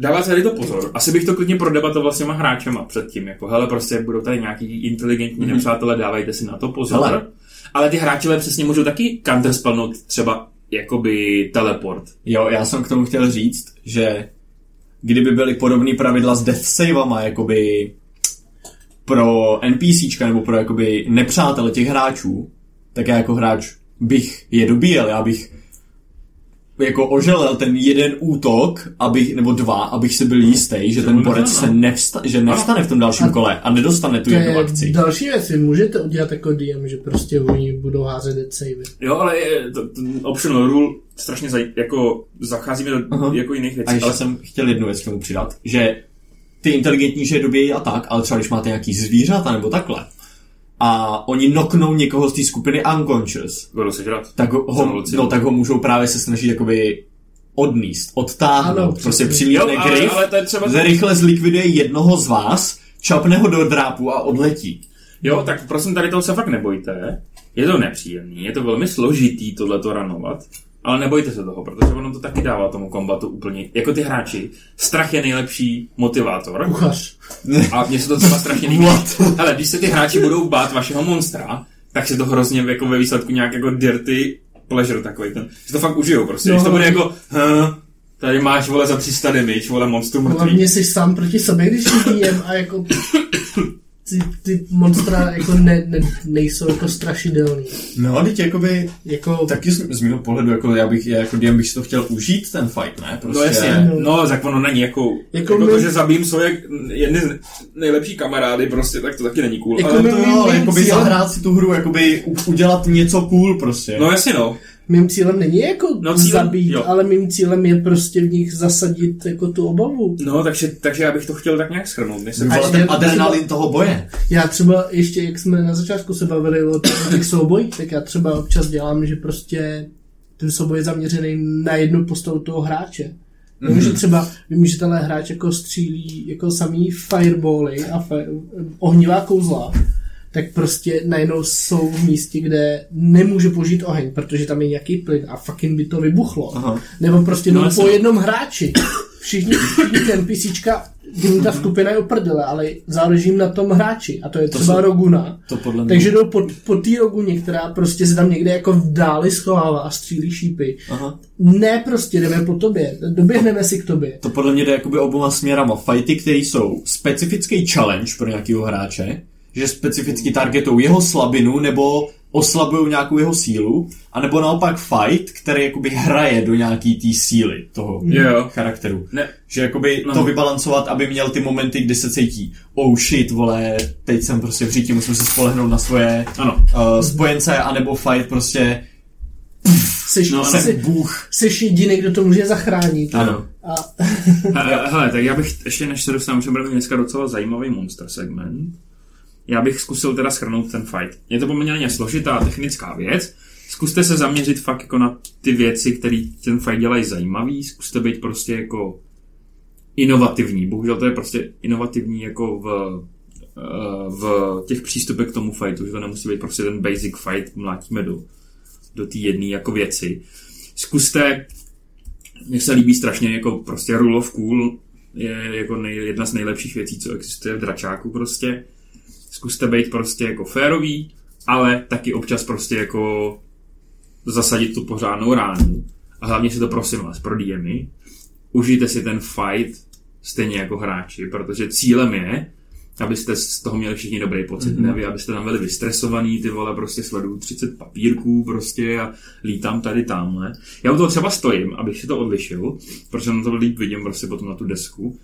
Speaker 3: dává tady to pozor. Asi bych to klidně prodebatoval s těma hráčema předtím. Jako, hele, prostě budou tady nějaký inteligentní mm-hmm. nepřátelé, dávejte si na to pozor. Hele.
Speaker 2: Hele.
Speaker 3: Ale ty hráčové přesně můžou taky counterspelnout třeba jakoby teleport.
Speaker 2: Jo, já jsem k tomu chtěl říct, že kdyby byly podobné pravidla s death savama, jakoby pro NPCčka nebo pro jakoby nepřátele těch hráčů, tak já jako hráč bych je dobíjel, já bych jako oželel ten jeden útok, abych, nebo dva, abych si byl jistý, že ten
Speaker 3: bude
Speaker 2: borec
Speaker 3: neznámá.
Speaker 2: se nevsta, že nevstane v tom dalším kole a nedostane tu
Speaker 4: no. To
Speaker 2: jednu
Speaker 4: je
Speaker 2: akci.
Speaker 4: další věc, vy můžete udělat jako DM, že prostě oni budou házet dead savey.
Speaker 3: Jo, ale je, to, to optional rule strašně zaj, jako zacházíme do
Speaker 2: Aha.
Speaker 3: jako jiných
Speaker 2: A
Speaker 3: věcí.
Speaker 2: ještě
Speaker 3: Ale
Speaker 2: jsem chtěl jednu věc k tomu přidat, že ty inteligentní, že je dobějí a tak, ale třeba když máte nějaký zvířata nebo takhle, a oni noknou někoho z té skupiny unconscious,
Speaker 3: Budou sežrat.
Speaker 2: tak ho,
Speaker 3: Zamluci.
Speaker 2: no, tak ho můžou právě se snažit jakoby odníst, odtáhnout,
Speaker 4: Ano,
Speaker 2: ano,
Speaker 4: přesně.
Speaker 2: prostě přilítne
Speaker 3: Jo, ale-
Speaker 2: grif,
Speaker 3: ale to je třeba-
Speaker 2: ze rychle zlikviduje jednoho z vás, čapne ho do drápu a odletí.
Speaker 3: Jo, tak prosím, tady toho se fakt nebojte. Je to nepříjemný, je to velmi složitý tohleto ranovat, ale nebojte se toho, protože ono to taky dává tomu kombatu úplně, jako ty hráči, strach je nejlepší motivátor.
Speaker 4: Kuchař.
Speaker 3: A mně se to třeba strašně líbí.
Speaker 2: What?
Speaker 3: Ale když se ty hráči budou bát vašeho monstra, tak se to hrozně jako ve výsledku nějak jako dirty pleasure takový ten. Že to fakt užijou prostě.
Speaker 4: No.
Speaker 3: No. Když to bude jako, "Hm, tady máš vole za 300 damage, vole monstru mrtvý.
Speaker 4: Hlavně jsi sám proti sobě, když jsi DM a jako ty, ty monstra jako ne, ne, nejsou jako strašidelný.
Speaker 2: No, teď jakoby
Speaker 4: Jako, tak.
Speaker 2: Taky z, z mého pohledu, jako já bych, já jako DM bych si to chtěl užít, ten fight, ne? Prostě.
Speaker 3: No jasně,
Speaker 4: No.
Speaker 3: no tak ono není jako,
Speaker 4: Jako
Speaker 3: jako, jako to,
Speaker 4: my-
Speaker 3: že zabijím svoje jedny z nejlepší kamarády prostě, tak to taky není cool.
Speaker 4: Jako
Speaker 3: ale
Speaker 4: my-
Speaker 2: To
Speaker 4: Mým-
Speaker 2: jo, ale
Speaker 4: mým
Speaker 2: jakoby
Speaker 4: cílem-
Speaker 2: zahrát si tu hru, jakoby u- udělat něco cool prostě.
Speaker 3: No jasně no,
Speaker 4: mým cílem není jako no,
Speaker 3: No,
Speaker 4: cílem,
Speaker 3: cílem-
Speaker 4: zabít, jo.
Speaker 3: jo.
Speaker 4: ale mým cílem je prostě v nich zasadit jako tu obavu.
Speaker 3: no takže, takže já bych to chtěl tak nějak schrnout. Mně se
Speaker 2: Vole,
Speaker 4: Až
Speaker 2: ten
Speaker 4: je-
Speaker 2: adrenalin toho boje.
Speaker 4: Já třeba ještě, jak jsme na začátku se bavili o těch soubojích, tak já třeba občas dělám, že prostě ten souboj je zaměřený na jednu postavu toho hráče. Vím,
Speaker 2: Mhm.
Speaker 4: že třeba, vím, že tenhle hráč jako střílí jako samý firebally a fi- ohnivá kouzla, tak prostě najednou jsou v místě, kde nemůže použít oheň, protože tam je nějaký plyn a fucking by to vybuchlo.
Speaker 2: Aha.
Speaker 4: Nebo prostě
Speaker 3: No,
Speaker 4: no,
Speaker 3: jasně.
Speaker 4: po jednom hráči. Všichni, všichni ten písíčka, ta skupina je oprdele, ale záleží jim na tom hráči. A to je třeba
Speaker 2: jsou-
Speaker 4: Roguna.
Speaker 2: To podle mě.
Speaker 4: Takže jdou po, po té Roguně, která prostě se tam někde jako v dáli schovává a střílí šípy.
Speaker 2: Aha.
Speaker 4: Ne prostě, jdeme po tobě. Doběhneme si k tobě.
Speaker 2: To podle mě jde jakoby oboma směrama. Fighty, které jsou specifický challenge pro nějakého hráče, že specificky targetují jeho slabinu nebo oslabují nějakou jeho sílu, anebo naopak fight, který jakoby hraje do nějaký té síly toho
Speaker 3: Jo.
Speaker 2: charakteru.
Speaker 3: Ne,
Speaker 2: Že jakoby no.
Speaker 3: No.
Speaker 2: to vybalancovat, aby měl ty momenty, kdy se cítí oh shit, vole, teď jsem prostě v říti, musím se spolehnout na svoje
Speaker 3: ano.
Speaker 2: uh, spojence, anebo fight prostě
Speaker 4: Jsi, no,
Speaker 3: No,
Speaker 4: jsi,
Speaker 2: jsem
Speaker 4: jsi,
Speaker 2: bůh.
Speaker 4: jediný, kdo to může zachránit.
Speaker 2: Ano.
Speaker 4: A
Speaker 3: Hele, hele, tak já bych ještě než se dostanu, že budeme dneska docela zajímavý monster segment. Já bych zkusil teda schrnout ten fight. Je to poměrně složitá technická věc. Zkuste se zaměřit fakt jako na ty věci, které ten fight dělají zajímavý. Zkuste být prostě jako inovativní. Bohužel to je prostě inovativní jako v, eh, v těch přístupech k tomu fightu, že to nemusí být prostě ten basic fight, mlátíme do, do té jedné jako věci. Zkuste mně se líbí strašně jako prostě rule of cool je jako nej, jedna z nejlepších věcí, co existuje v dračáku prostě. Zkuste být prostě jako férový, ale taky občas prostě jako zasadit tu pořádnou ránu. A hlavně si to prosím vás, pro DMy, užijte si ten fight stejně jako hráči, protože cílem je, abyste z toho měli všichni dobrý pocit, mm-hmm. nevy, abyste tam byli vystresovaný, ty vole, prostě sleduju 30 papírků prostě a lítám tady tamhle. Já u toho třeba stojím, abych si to odlišil, protože na to líp vidím prostě potom na tu desku,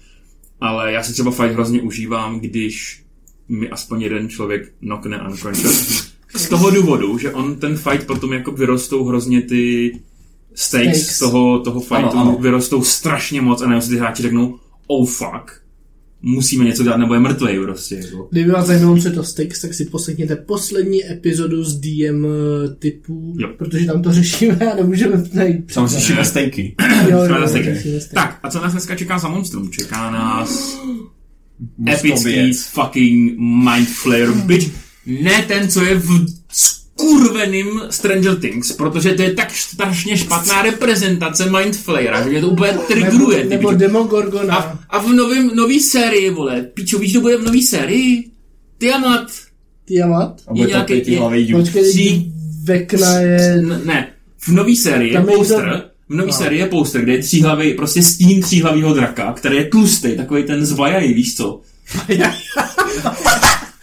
Speaker 3: ale já si třeba fakt hrozně užívám, když mi aspoň jeden člověk knockne unconscious. Z toho důvodu, že on ten fight potom jako vyrostou hrozně ty stakes,
Speaker 4: Stakes.
Speaker 3: stakes. toho, toho fightu,
Speaker 2: Ano, ano.
Speaker 3: vyrostou strašně moc a najednou si ty hráči řeknou, oh fuck, musíme něco dělat, nebo je mrtvej prostě. Jako.
Speaker 4: kdyby vás zajímalo, co je to Styx, tak si poslechněte poslední epizodu z DM typu,
Speaker 3: Jo.
Speaker 4: protože tam to řešíme a nemůžeme najít před-
Speaker 2: Tam řešíme stejky.
Speaker 4: Jo,
Speaker 3: Jsme
Speaker 4: jo,
Speaker 3: na Styx.
Speaker 4: řešíme Styx.
Speaker 3: Tak, a co nás dneska čeká za monstrum? Čeká nás epický
Speaker 2: Mostovec.
Speaker 3: fucking mind flayer bitch. Ne ten, co je v skurveným Stranger Things, protože to je tak strašně špatná reprezentace Mind Flayera, že mě to úplně
Speaker 4: Nebo,
Speaker 3: trigruje. ty
Speaker 4: nebo
Speaker 3: pičo.
Speaker 4: Demogorgona.
Speaker 3: A, a v novém, nový sérii, vole, pičo, víš, to bude v nový sérii? Tiamat.
Speaker 4: Tiamat.
Speaker 2: A bude to
Speaker 3: Nějaký-
Speaker 2: pěti hlavý dňů.
Speaker 4: Počkej,
Speaker 3: Si-
Speaker 4: Vekna je...
Speaker 3: N- ne, v nový sérii je
Speaker 4: Tam je
Speaker 3: poster,
Speaker 4: to-
Speaker 3: v nový
Speaker 4: No.
Speaker 3: sérii je poster, kde je tříhlavý, prostě stín tříhlavýho draka, který je tlustý, takový ten z Vajaj, víš co?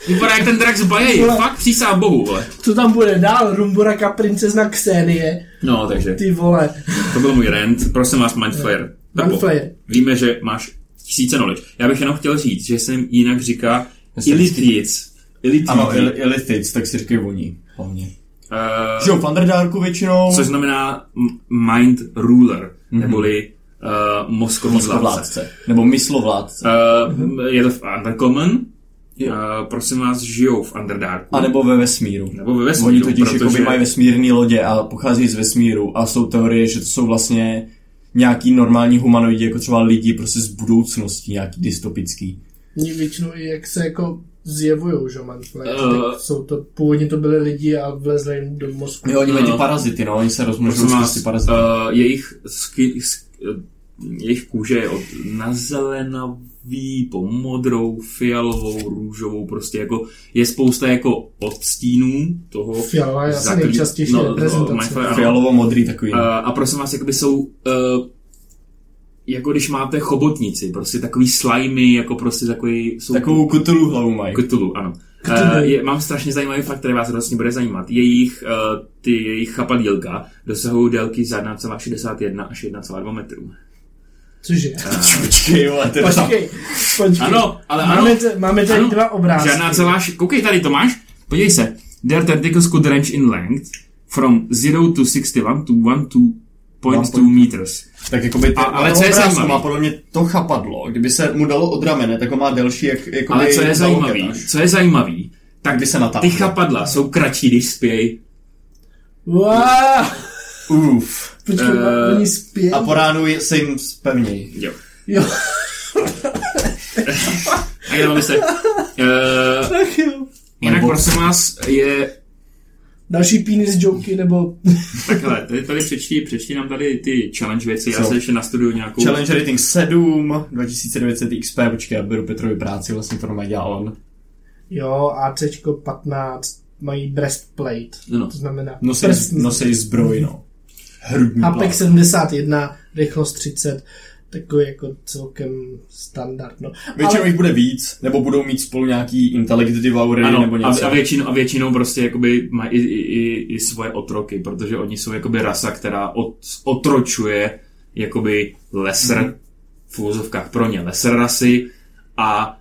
Speaker 3: Vypadá jak ten drak z Bajaj,
Speaker 4: Vole.
Speaker 3: fakt přísá bohu, vole.
Speaker 4: Co tam bude dál? Rumburaka, princezna Xenie.
Speaker 3: No, takže,
Speaker 4: Ty vole.
Speaker 3: to byl můj rant, prosím vás, Mindflayer. Pepo,
Speaker 4: Mindflayer.
Speaker 3: Víme, že máš tisíce knowledge. Já bych jenom chtěl říct, že se jim jinak říká Eh,
Speaker 2: jsem
Speaker 3: Ilithids. Ilithids.
Speaker 2: Ano, il- Illithids, tak si říkají voní. Hlavně.
Speaker 3: Eh,
Speaker 2: Že jo, v Underdarku většinou.
Speaker 3: což znamená m- Mind Ruler,
Speaker 2: Mhm.
Speaker 3: neboli uh, mozkový vládce.
Speaker 2: Mozkovládce. Nebo myslovládce.
Speaker 3: Eh, Uh, je to v Undercommon,
Speaker 2: Jo.
Speaker 3: Uh, prosím vás, žijou v Underdarku.
Speaker 2: A nebo ve vesmíru.
Speaker 3: Nebo ve vesmíru,
Speaker 2: Oni totiž
Speaker 3: protože-
Speaker 2: protože... jakoby mají vesmírné lodě a pochází z vesmíru a jsou teorie, že to jsou vlastně nějaký normální humanoidi, jako třeba lidi prostě z budoucnosti, nějaký dystopický.
Speaker 4: Mně většinou i jak se jako zjevujou, že man,
Speaker 3: Eh.
Speaker 4: uh, jsou to, původně to byli lidi a vlezli jim do mozku.
Speaker 2: Jo, oni mají ty
Speaker 3: No.
Speaker 2: parazity, no, oni se rozmnožují
Speaker 3: Prosím
Speaker 2: skrz ty
Speaker 3: vás,
Speaker 2: parazity.
Speaker 3: uh, jejich, sky, sk, eh, jejich kůže je od na zelenavý po modrou, fialovou, růžovou, prostě jako je spousta jako odstínů toho.
Speaker 4: Fialová je asi
Speaker 3: zakrý-
Speaker 4: nejčastější reprezentace.
Speaker 3: my fire, ano.
Speaker 2: Fialovo-modrý takový.
Speaker 3: A, a prosím vás, jakoby jsou uh, jako když máte chobotnici, prostě takový slimy, jako prostě takový... Jsou
Speaker 2: Takovou kutulu hlavu mají.
Speaker 3: Cthulhu, ano.
Speaker 4: Cthulhu.
Speaker 3: Eh, je, mám strašně zajímavý fakt, který vás rozhodně bude zajímat. Jejich, uh, ty jejich chapadílka dosahují délky za 1,61 až 1,2 metrů.
Speaker 4: Cože?
Speaker 2: Počkej, vole, to je
Speaker 4: Počkej, počkej.
Speaker 3: Eh. Ano, ale ano.
Speaker 4: máme, t- máme tady
Speaker 3: Ano,
Speaker 4: dva obrázky.
Speaker 3: Žádná celá... š- Koukej tady, Tomáš. Podívej se. Their tentacles could range in length from 0 to 61 to 1.2 meters.
Speaker 2: Tak jako by
Speaker 3: A- ale co je zajímavý?
Speaker 2: má podle mě to chapadlo, kdyby se mu dalo od ramene, tak ho má delší jak, jako
Speaker 3: Ale co je zajímavý, co je zajímavý, tak
Speaker 2: Kdy se natáhne.
Speaker 3: ty chapadla jsou kratší, když spějí.
Speaker 4: Wow,
Speaker 2: Uf.
Speaker 4: počkej,
Speaker 3: Eh,
Speaker 4: uh, oni spějí.
Speaker 2: A po ránu je- se jim spevněji.
Speaker 3: Jo.
Speaker 4: Jo,
Speaker 3: A jenom byste. Uh,
Speaker 4: tak jo.
Speaker 3: jinak
Speaker 2: Nebo-
Speaker 3: prosím vás, je
Speaker 4: Další penis joky, nebo...
Speaker 3: Takhle, tady, tady přečti, přečti nám tady ty challenge věci, já
Speaker 2: Co?
Speaker 3: se ještě nastuduju nějakou...
Speaker 2: Challenge rating 7, 2900 XP, počkej, já beru Petrovi práci, vlastně to normálně dělá on.
Speaker 4: Jo, ACčko 15 mají breastplate.
Speaker 3: No.
Speaker 4: To znamená
Speaker 2: Nosí,
Speaker 4: prstní.
Speaker 2: nosí zbroj, no. Hrudní
Speaker 4: Apex
Speaker 2: plát.
Speaker 4: 71, rychlost 30, takový jako celkem standard, no.
Speaker 2: Většinou
Speaker 4: Ale
Speaker 2: jich bude víc, nebo budou mít spolu nějaký intellective aury, nebo
Speaker 3: Ano, a,
Speaker 2: něco.
Speaker 3: a, většinou, a většinou prostě jakoby mají i, i, i, i svoje otroky, protože oni jsou jakoby rasa, která od, otročuje jakoby lesr, mm-hmm.
Speaker 2: Mhm.
Speaker 3: v úvozovkách pro ně lesr rasy, a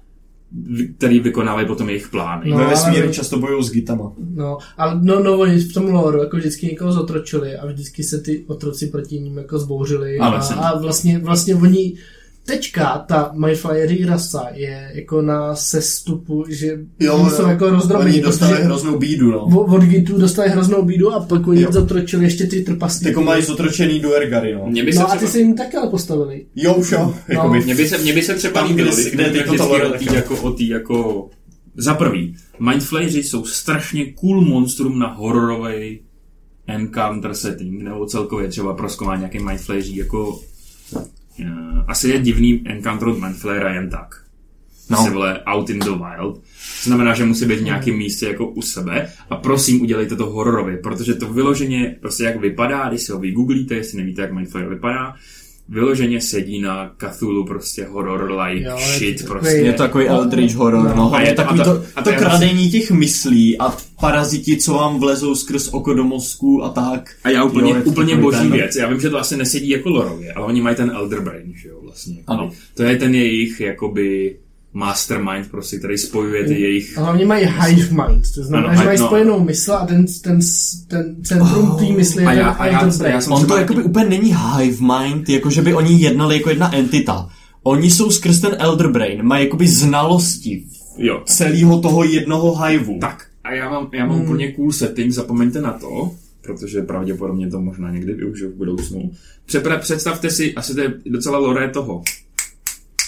Speaker 3: vy- který vykonávají potom jejich plány.
Speaker 4: No,
Speaker 2: Ve
Speaker 4: ale-
Speaker 2: vesmíru často bojují s gitama.
Speaker 4: No, ale no, no, oni v tom lore jako vždycky někoho zotročili a vždycky se ty otroci proti ním jako zbouřili.
Speaker 3: Ano,
Speaker 4: a,
Speaker 3: jsem.
Speaker 4: a vlastně, vlastně oni teďka, ta Mayflyery rasa je jako na sestupu, že oni jsou jako rozdrobení.
Speaker 2: Oni dostali
Speaker 4: protože
Speaker 2: hroznou bídu, no.
Speaker 4: od- Od Gitů dostali hroznou bídu a pak oni
Speaker 2: Jo.
Speaker 4: zotročili ještě ty trpaslíky.
Speaker 2: Jako mají zotročený do Ergary, no.
Speaker 3: Mně by, se
Speaker 4: No a ty
Speaker 3: třeba,
Speaker 4: se jim taky ale postavili.
Speaker 2: Jo, už jo.
Speaker 3: No.
Speaker 2: Jako
Speaker 3: mně by, se, mně by se třeba
Speaker 2: Tam,
Speaker 3: líbilo,
Speaker 2: kde-
Speaker 3: když
Speaker 2: kde
Speaker 3: mluvíme
Speaker 2: teďko to
Speaker 3: vždycky
Speaker 2: lore
Speaker 3: o tý
Speaker 2: taky.
Speaker 3: jako, o tý jako... Za prvý, Mindflayeři jsou strašně cool monstrum na hororový encounter setting, nebo celkově třeba proskování nějaký Mindflayeří, jako... eh, asi je divný encounter od Mindflayera jen tak. No. Se vole out in the wild. To znamená, že musí být v nějakém místě jako u sebe a prosím udělejte to hororově, protože to vyloženě, prostě jak vypadá, když si ho vygooglíte, jestli nevíte, jak Mindflayer vypadá, vyloženě sedí na Cthulhu prostě horror-like
Speaker 4: Jo,
Speaker 3: jo,
Speaker 4: je to
Speaker 3: shit
Speaker 4: takový-
Speaker 3: prostě.
Speaker 2: Je to takový Eldritch horor, no. A je takový
Speaker 3: a to-
Speaker 2: to,
Speaker 3: a to
Speaker 2: to
Speaker 3: je vlastně-
Speaker 2: kradení těch myslí a paraziti, co vám vlezou skrz oko do mozku a tak.
Speaker 3: A já úplně,
Speaker 2: Jo, je to
Speaker 3: úplně
Speaker 2: takový
Speaker 3: boží
Speaker 2: ten-
Speaker 3: věc. Já vím, že to asi nesedí jako lorově, ale oni mají ten Elder Brain, že jo, vlastně.
Speaker 2: Ano.
Speaker 3: To je ten jejich, jakoby, mastermind prostě, který spojuje ty jejich...
Speaker 4: A hlavně mají hive mind, to znamená,
Speaker 3: Ano,
Speaker 4: že
Speaker 3: hive-
Speaker 4: mají
Speaker 3: no.
Speaker 4: spojenou mysl a ten, ten, ten centrum té mysli je
Speaker 3: a
Speaker 4: ten
Speaker 3: já- a já-
Speaker 4: Elder Brain.
Speaker 3: já jsem-
Speaker 2: On to
Speaker 3: Třeba-
Speaker 2: jakoby úplně není hive mind, jako že by oni jednali jako jedna entita. Oni jsou skrz ten Elder Brain, mají jakoby znalosti
Speaker 3: Jo.
Speaker 2: celého toho jednoho hiveu.
Speaker 3: Tak, a já mám, já mám hmm. úplně cool setting, zapomeňte na to, protože pravděpodobně to možná někdy využiju v budoucnu. Přepra- představte si, asi to je docela lore toho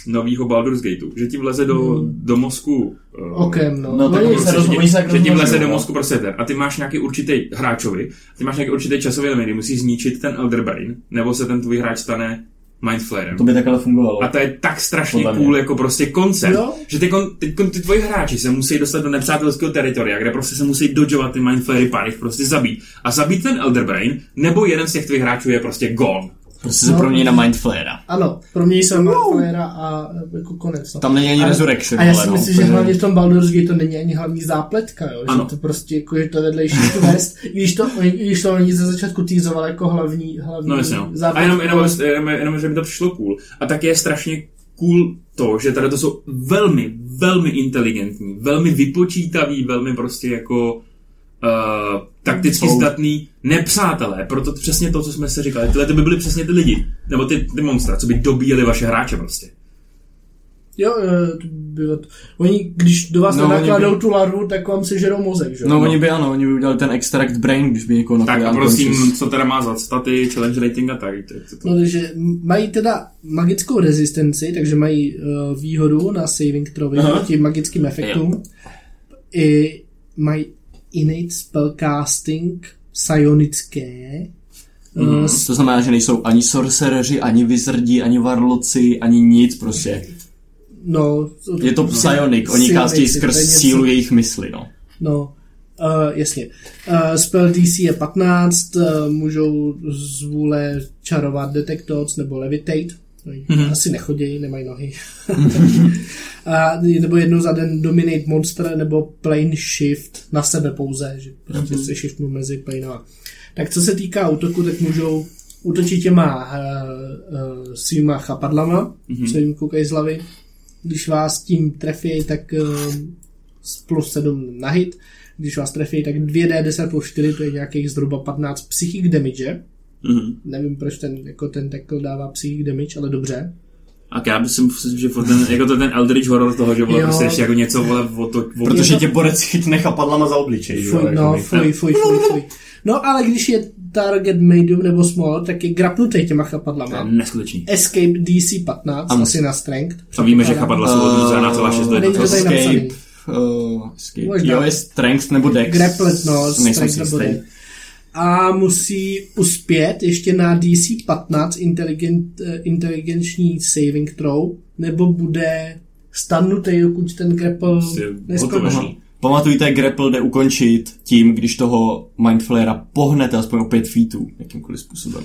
Speaker 3: novýho Baldur's Gateu, že ti vleze do, do mozku eh,
Speaker 4: Okem, no.
Speaker 2: No, tak
Speaker 4: oni
Speaker 2: oni
Speaker 4: se
Speaker 2: se
Speaker 4: roz...
Speaker 2: roz-
Speaker 3: Že ti-
Speaker 2: oni se tak
Speaker 3: že ti vleze
Speaker 2: rozmnožují,
Speaker 3: do
Speaker 2: no.
Speaker 3: mozku prostě ten. A ty máš nějaký určitý hráčovi, ty máš nějaký určitý časový limit, kdy musíš zničit ten Elder Brain, nebo se ten tvůj hráč stane Mindflarem.
Speaker 2: To by takhle fungovalo.
Speaker 3: A to je tak strašně
Speaker 2: Podle mě.
Speaker 3: cool jako prostě koncept,
Speaker 4: Jo.
Speaker 3: že ty, kon, ty, kon, ty tvoji hráči se musí dostat do nepřátelského teritoria, kde prostě se musí dodžovat ty Mindflary pár jich prostě zabít. A zabít ten Elder Brain, nebo jeden z těch tvých hráčů je prostě gone.
Speaker 2: Prostě se
Speaker 4: No.
Speaker 2: promění na Mindflayera.
Speaker 4: Ano, promění se Malfoyera a eh, jako konec. No.
Speaker 2: Tam není ani
Speaker 4: A-
Speaker 2: Resurrection,
Speaker 4: A já
Speaker 2: vole,
Speaker 4: si
Speaker 2: no,
Speaker 4: myslím, že
Speaker 2: úplně-
Speaker 4: hlavně v tom Baldur's Gate to není ani hlavní zápletka, jo?
Speaker 3: Ano.
Speaker 4: že to prostě jako je to vedlejší quest, i když to, i když to oni ze začátku týzovali jako hlavní, hlavní
Speaker 3: No jasně, no. A
Speaker 4: zápletka.
Speaker 3: jenom, jenom, jenom, jenom, že mi to přišlo cool. A tak je strašně cool to, že tady to jsou velmi, velmi inteligentní, velmi vypočítaví, velmi prostě jako uh, takticky
Speaker 2: Jsou.
Speaker 3: zdatný nepřátelé. Proto přesně to, co jsme si říkali. Tyhle ty by byly přesně ty lidi, nebo ty, ty monstra, co by dobíjeli vaše hráče prostě.
Speaker 4: Jo, eh, to bylo to. Oni, když do vás
Speaker 2: No,
Speaker 4: no,
Speaker 2: oni
Speaker 4: nakladou
Speaker 2: by-
Speaker 4: tu larvu, tak vám sežerou mozek, že jo?
Speaker 2: No, oni by ano, oni by udělali ten extract brain, když by někoho
Speaker 3: Tak
Speaker 2: napadl
Speaker 3: a prosím,
Speaker 2: unconscious.
Speaker 3: co teda má za staty, challenge rating a tak. tak to-
Speaker 4: No, takže mají teda magickou rezistenci, takže mají uh, výhodu na saving throwy proti magickým efektům. I mají innate spellcasting psionické. Mm.
Speaker 2: Hm, To znamená, že nejsou ani sorcereři, ani wizardi, ani varloci, ani nic prostě.
Speaker 4: No,
Speaker 2: Je to psionic, oni kástějí
Speaker 4: Psionic,
Speaker 2: skrz
Speaker 4: to je něco-
Speaker 2: sílu jejich mysli, no.
Speaker 4: No, uh, jasně. Uh, spell DC je 15, uh, můžou z vůle čarovat Detectods nebo Levitate. Mm-hmm. Asi nechodějí, nemají nohy. A, nebo jednou za den Dominate Monster nebo Plane Shift na sebe pouze, že prostě mm-hmm. se shiftnu mezi planeama. Tak co se týká útoku, tak můžou útočit těma uh, uh, svýma chapadlama, mm-hmm. co jim koukají z hlavy. Když vás tím trefí, tak uh, s plus 7 na hit. Když vás trefí, tak 2D10 plus 4, to je nějakých zhruba 15 psychic damage.
Speaker 2: Mhm.
Speaker 4: Nevím, proč ten, jako ten tackle dává psychic damage, ale dobře.
Speaker 3: A já bych si myslím, že furt ten, jako to ten Eldritch horor toho, že vole
Speaker 4: Jo.
Speaker 3: prostě ještě jako něco vole o to, o
Speaker 2: Protože tě borec chytne chapadlama za obličej, že jo?
Speaker 3: jako
Speaker 4: Fuj, no,
Speaker 2: jakoby.
Speaker 4: fuj, fuj, fuj, fuj. No, ale když je target medium nebo small, tak je grapnutý těma chapadlama.
Speaker 3: neskutečný.
Speaker 4: Escape DC 15,
Speaker 2: Ano.
Speaker 4: asi na strength.
Speaker 3: A víme, že chapadla jsou odmířená celá 6 do
Speaker 4: Není to
Speaker 3: jednoho.
Speaker 4: tady napsaný.
Speaker 2: escape, uh, escape.
Speaker 4: Možná.
Speaker 2: Jo, je strength nebo dex.
Speaker 4: Grapplet, no,
Speaker 2: Nejsem
Speaker 4: strength
Speaker 2: si
Speaker 4: nebo
Speaker 2: jistý.
Speaker 4: dex. A musí uspět ještě na DC 15 inteligent, eh, inteligenční saving throw, nebo bude stannutý, dokud ten grapple
Speaker 3: Jsi
Speaker 4: neskončí.
Speaker 3: hotový.
Speaker 2: Pamatujte, grapple jde ukončit tím, když toho mindflayera pohnete aspoň o pět feetů, jakýmkoliv způsobem.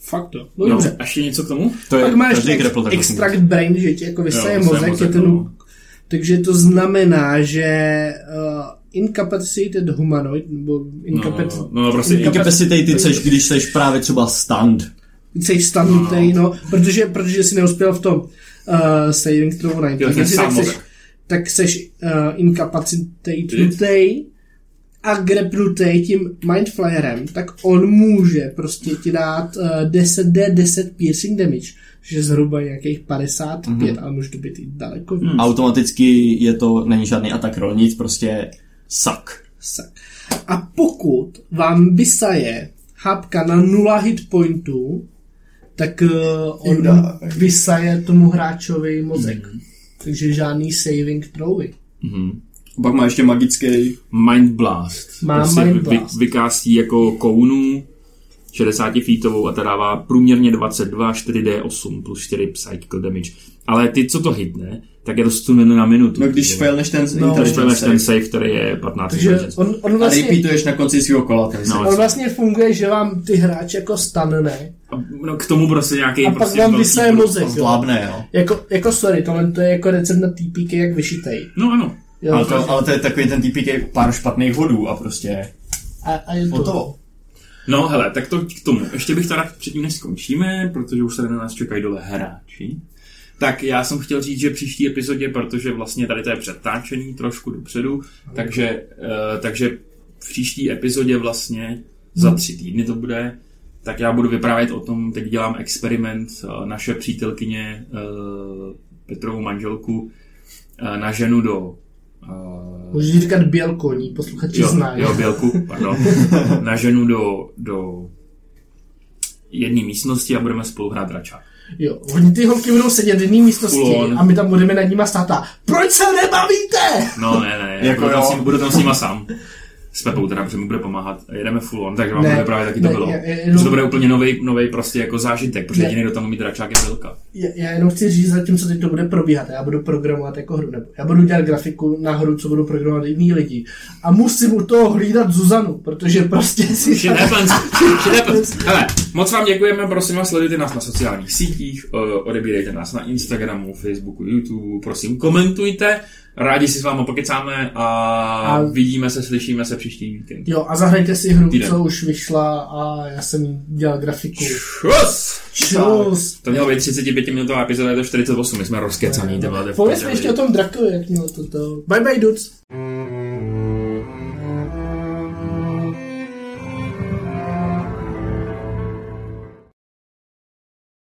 Speaker 4: Fakt to. No,
Speaker 3: No,
Speaker 4: dobře.
Speaker 3: a ještě něco k tomu?
Speaker 2: To
Speaker 4: Pak
Speaker 2: je
Speaker 4: máš
Speaker 2: každý
Speaker 4: ex-
Speaker 2: grapple tak
Speaker 4: extract brain, že ti jako vysaje
Speaker 3: Jo, vysaje
Speaker 4: mozek, je
Speaker 3: mozek,
Speaker 4: ten
Speaker 3: no.
Speaker 4: Takže to znamená, že uh, incapacitated humanoid, nebo incapacitated
Speaker 3: No, no prostě
Speaker 4: Inka-
Speaker 2: Incapacitated seš, když seš právě třeba stunned.
Speaker 4: jsi vstanutej, no, protože, protože jsi neuspěl v tom uh, saving throw na inteligenci,
Speaker 3: ten
Speaker 4: tak
Speaker 3: sám
Speaker 4: seš,
Speaker 3: mozek.
Speaker 4: tak seš uh, incapacitatednutej a grepnutej tím mindflayerem, tak on může prostě ti dát uh, 10d, 10 piercing damage, že zhruba nějakých 55, mm-hmm. ale může to být i daleko víc.
Speaker 2: Automaticky je to, není žádný atak roll, nic, prostě suck.
Speaker 4: Sak. A pokud vám vysaje hápka na 0 hit pointů, tak uh, on
Speaker 2: Judá.
Speaker 4: vysaje tomu hráčovi mozek. Mm. Takže žádný saving throwy.
Speaker 2: Pak má ještě magický...
Speaker 3: Mind Blast.
Speaker 4: Má
Speaker 3: prostě
Speaker 4: Mind
Speaker 3: vy-
Speaker 4: Blast.
Speaker 3: vykásí jako kounu 60 feetovou a ta dává průměrně 22, 4D8 plus 4 psychical damage. Ale ty, co to hitne, tak je to stuneno na minutu.
Speaker 2: no,
Speaker 3: Ty vole.
Speaker 2: failneš ten
Speaker 4: No,
Speaker 3: Když
Speaker 4: intelligence
Speaker 3: failneš ten save, který je 15
Speaker 4: Takže
Speaker 3: intelligence.
Speaker 4: on, on, vlastně,
Speaker 2: na konci svého kola ten
Speaker 3: No,
Speaker 4: on vlastně funguje, že vám ty hráč jako stanne
Speaker 3: a- no, k tomu prostě nějaký
Speaker 4: a pak
Speaker 3: prostě
Speaker 4: vám
Speaker 3: velký
Speaker 4: vysaje
Speaker 3: prů-
Speaker 4: mozek. Jo.
Speaker 2: Vlábne, jo.
Speaker 4: Jako, jako sorry, tohle to je jako recept na TPK, jak vyšitej.
Speaker 3: No ano.
Speaker 4: Jo,
Speaker 2: Ale to, ale to je takový ten typik pár špatných hodů a prostě
Speaker 4: a, a je to.
Speaker 2: hotovo.
Speaker 3: No hele, tak to k tomu. Ještě bych teda předtím, než skončíme, protože už se na nás čekají dole hráči. Tak já jsem chtěl říct, že příští epizodě, protože vlastně tady to je přetáčený trošku dopředu, takže, eh, takže v příští epizodě vlastně za tři týdny to bude, tak já budu vyprávět o tom, teď dělám experiment, eh, naše přítelkyně eh, Petrovou manželku eh, na ženu do eh,
Speaker 4: Můžeš říkat bělkoní, posluchači
Speaker 3: jo,
Speaker 4: znají.
Speaker 3: Jo, bělku, pardon. Naženu do, do jedné místnosti a budeme spolu hrát dračák.
Speaker 4: Jo, oni ty holky budou sedět v jedné místnosti
Speaker 3: Kulon.
Speaker 4: a my tam budeme nad nima stát a proč se nebavíte?
Speaker 3: No ne, ne, ne
Speaker 2: Jako
Speaker 3: budu, tam
Speaker 2: jo.
Speaker 3: s ním, budu tam s nima sám. S Pepou teda, protože mi bude pomáhat. Jedeme full on, takže vám
Speaker 4: Ne,
Speaker 3: bude právě taky to
Speaker 4: ne,
Speaker 3: bylo.
Speaker 4: je- je-
Speaker 3: Protože to bude úplně nový, nový prostě jako zážitek, protože
Speaker 4: Ne.
Speaker 3: jediný, kdo tam umí dračák je Bělka.
Speaker 4: Já, já jenom chci říct, zatímco teď to bude probíhat, já budu programovat jako hru, nebo já budu dělat grafiku na hru, co budou programovat jiní lidi. A musím u toho hlídat Zuzanu, protože prostě si...
Speaker 3: Shit happens, shit happens. Hele, moc vám děkujeme, prosím vás, sledujte nás na sociálních sítích, eh, odebírejte nás na Instagramu, Facebooku, YouTube, prosím komentujte, rádi si s váma pokecáme a, a...
Speaker 4: A-
Speaker 3: vidíme se, slyšíme se příští víkend.
Speaker 4: Jo, a zahrajte si hru,
Speaker 3: Týden.
Speaker 4: co už vyšla a já jsem jí dělal grafiku.
Speaker 3: Čus!
Speaker 4: Čus!
Speaker 3: To mělo být 35 minutová epizoda, je to 48, my jsme rozkecaný. ty vole, to je v
Speaker 4: Pověz mi
Speaker 3: prdeli.
Speaker 4: ještě o tom drakovi, jak mělo toto. Bye bye, dudes!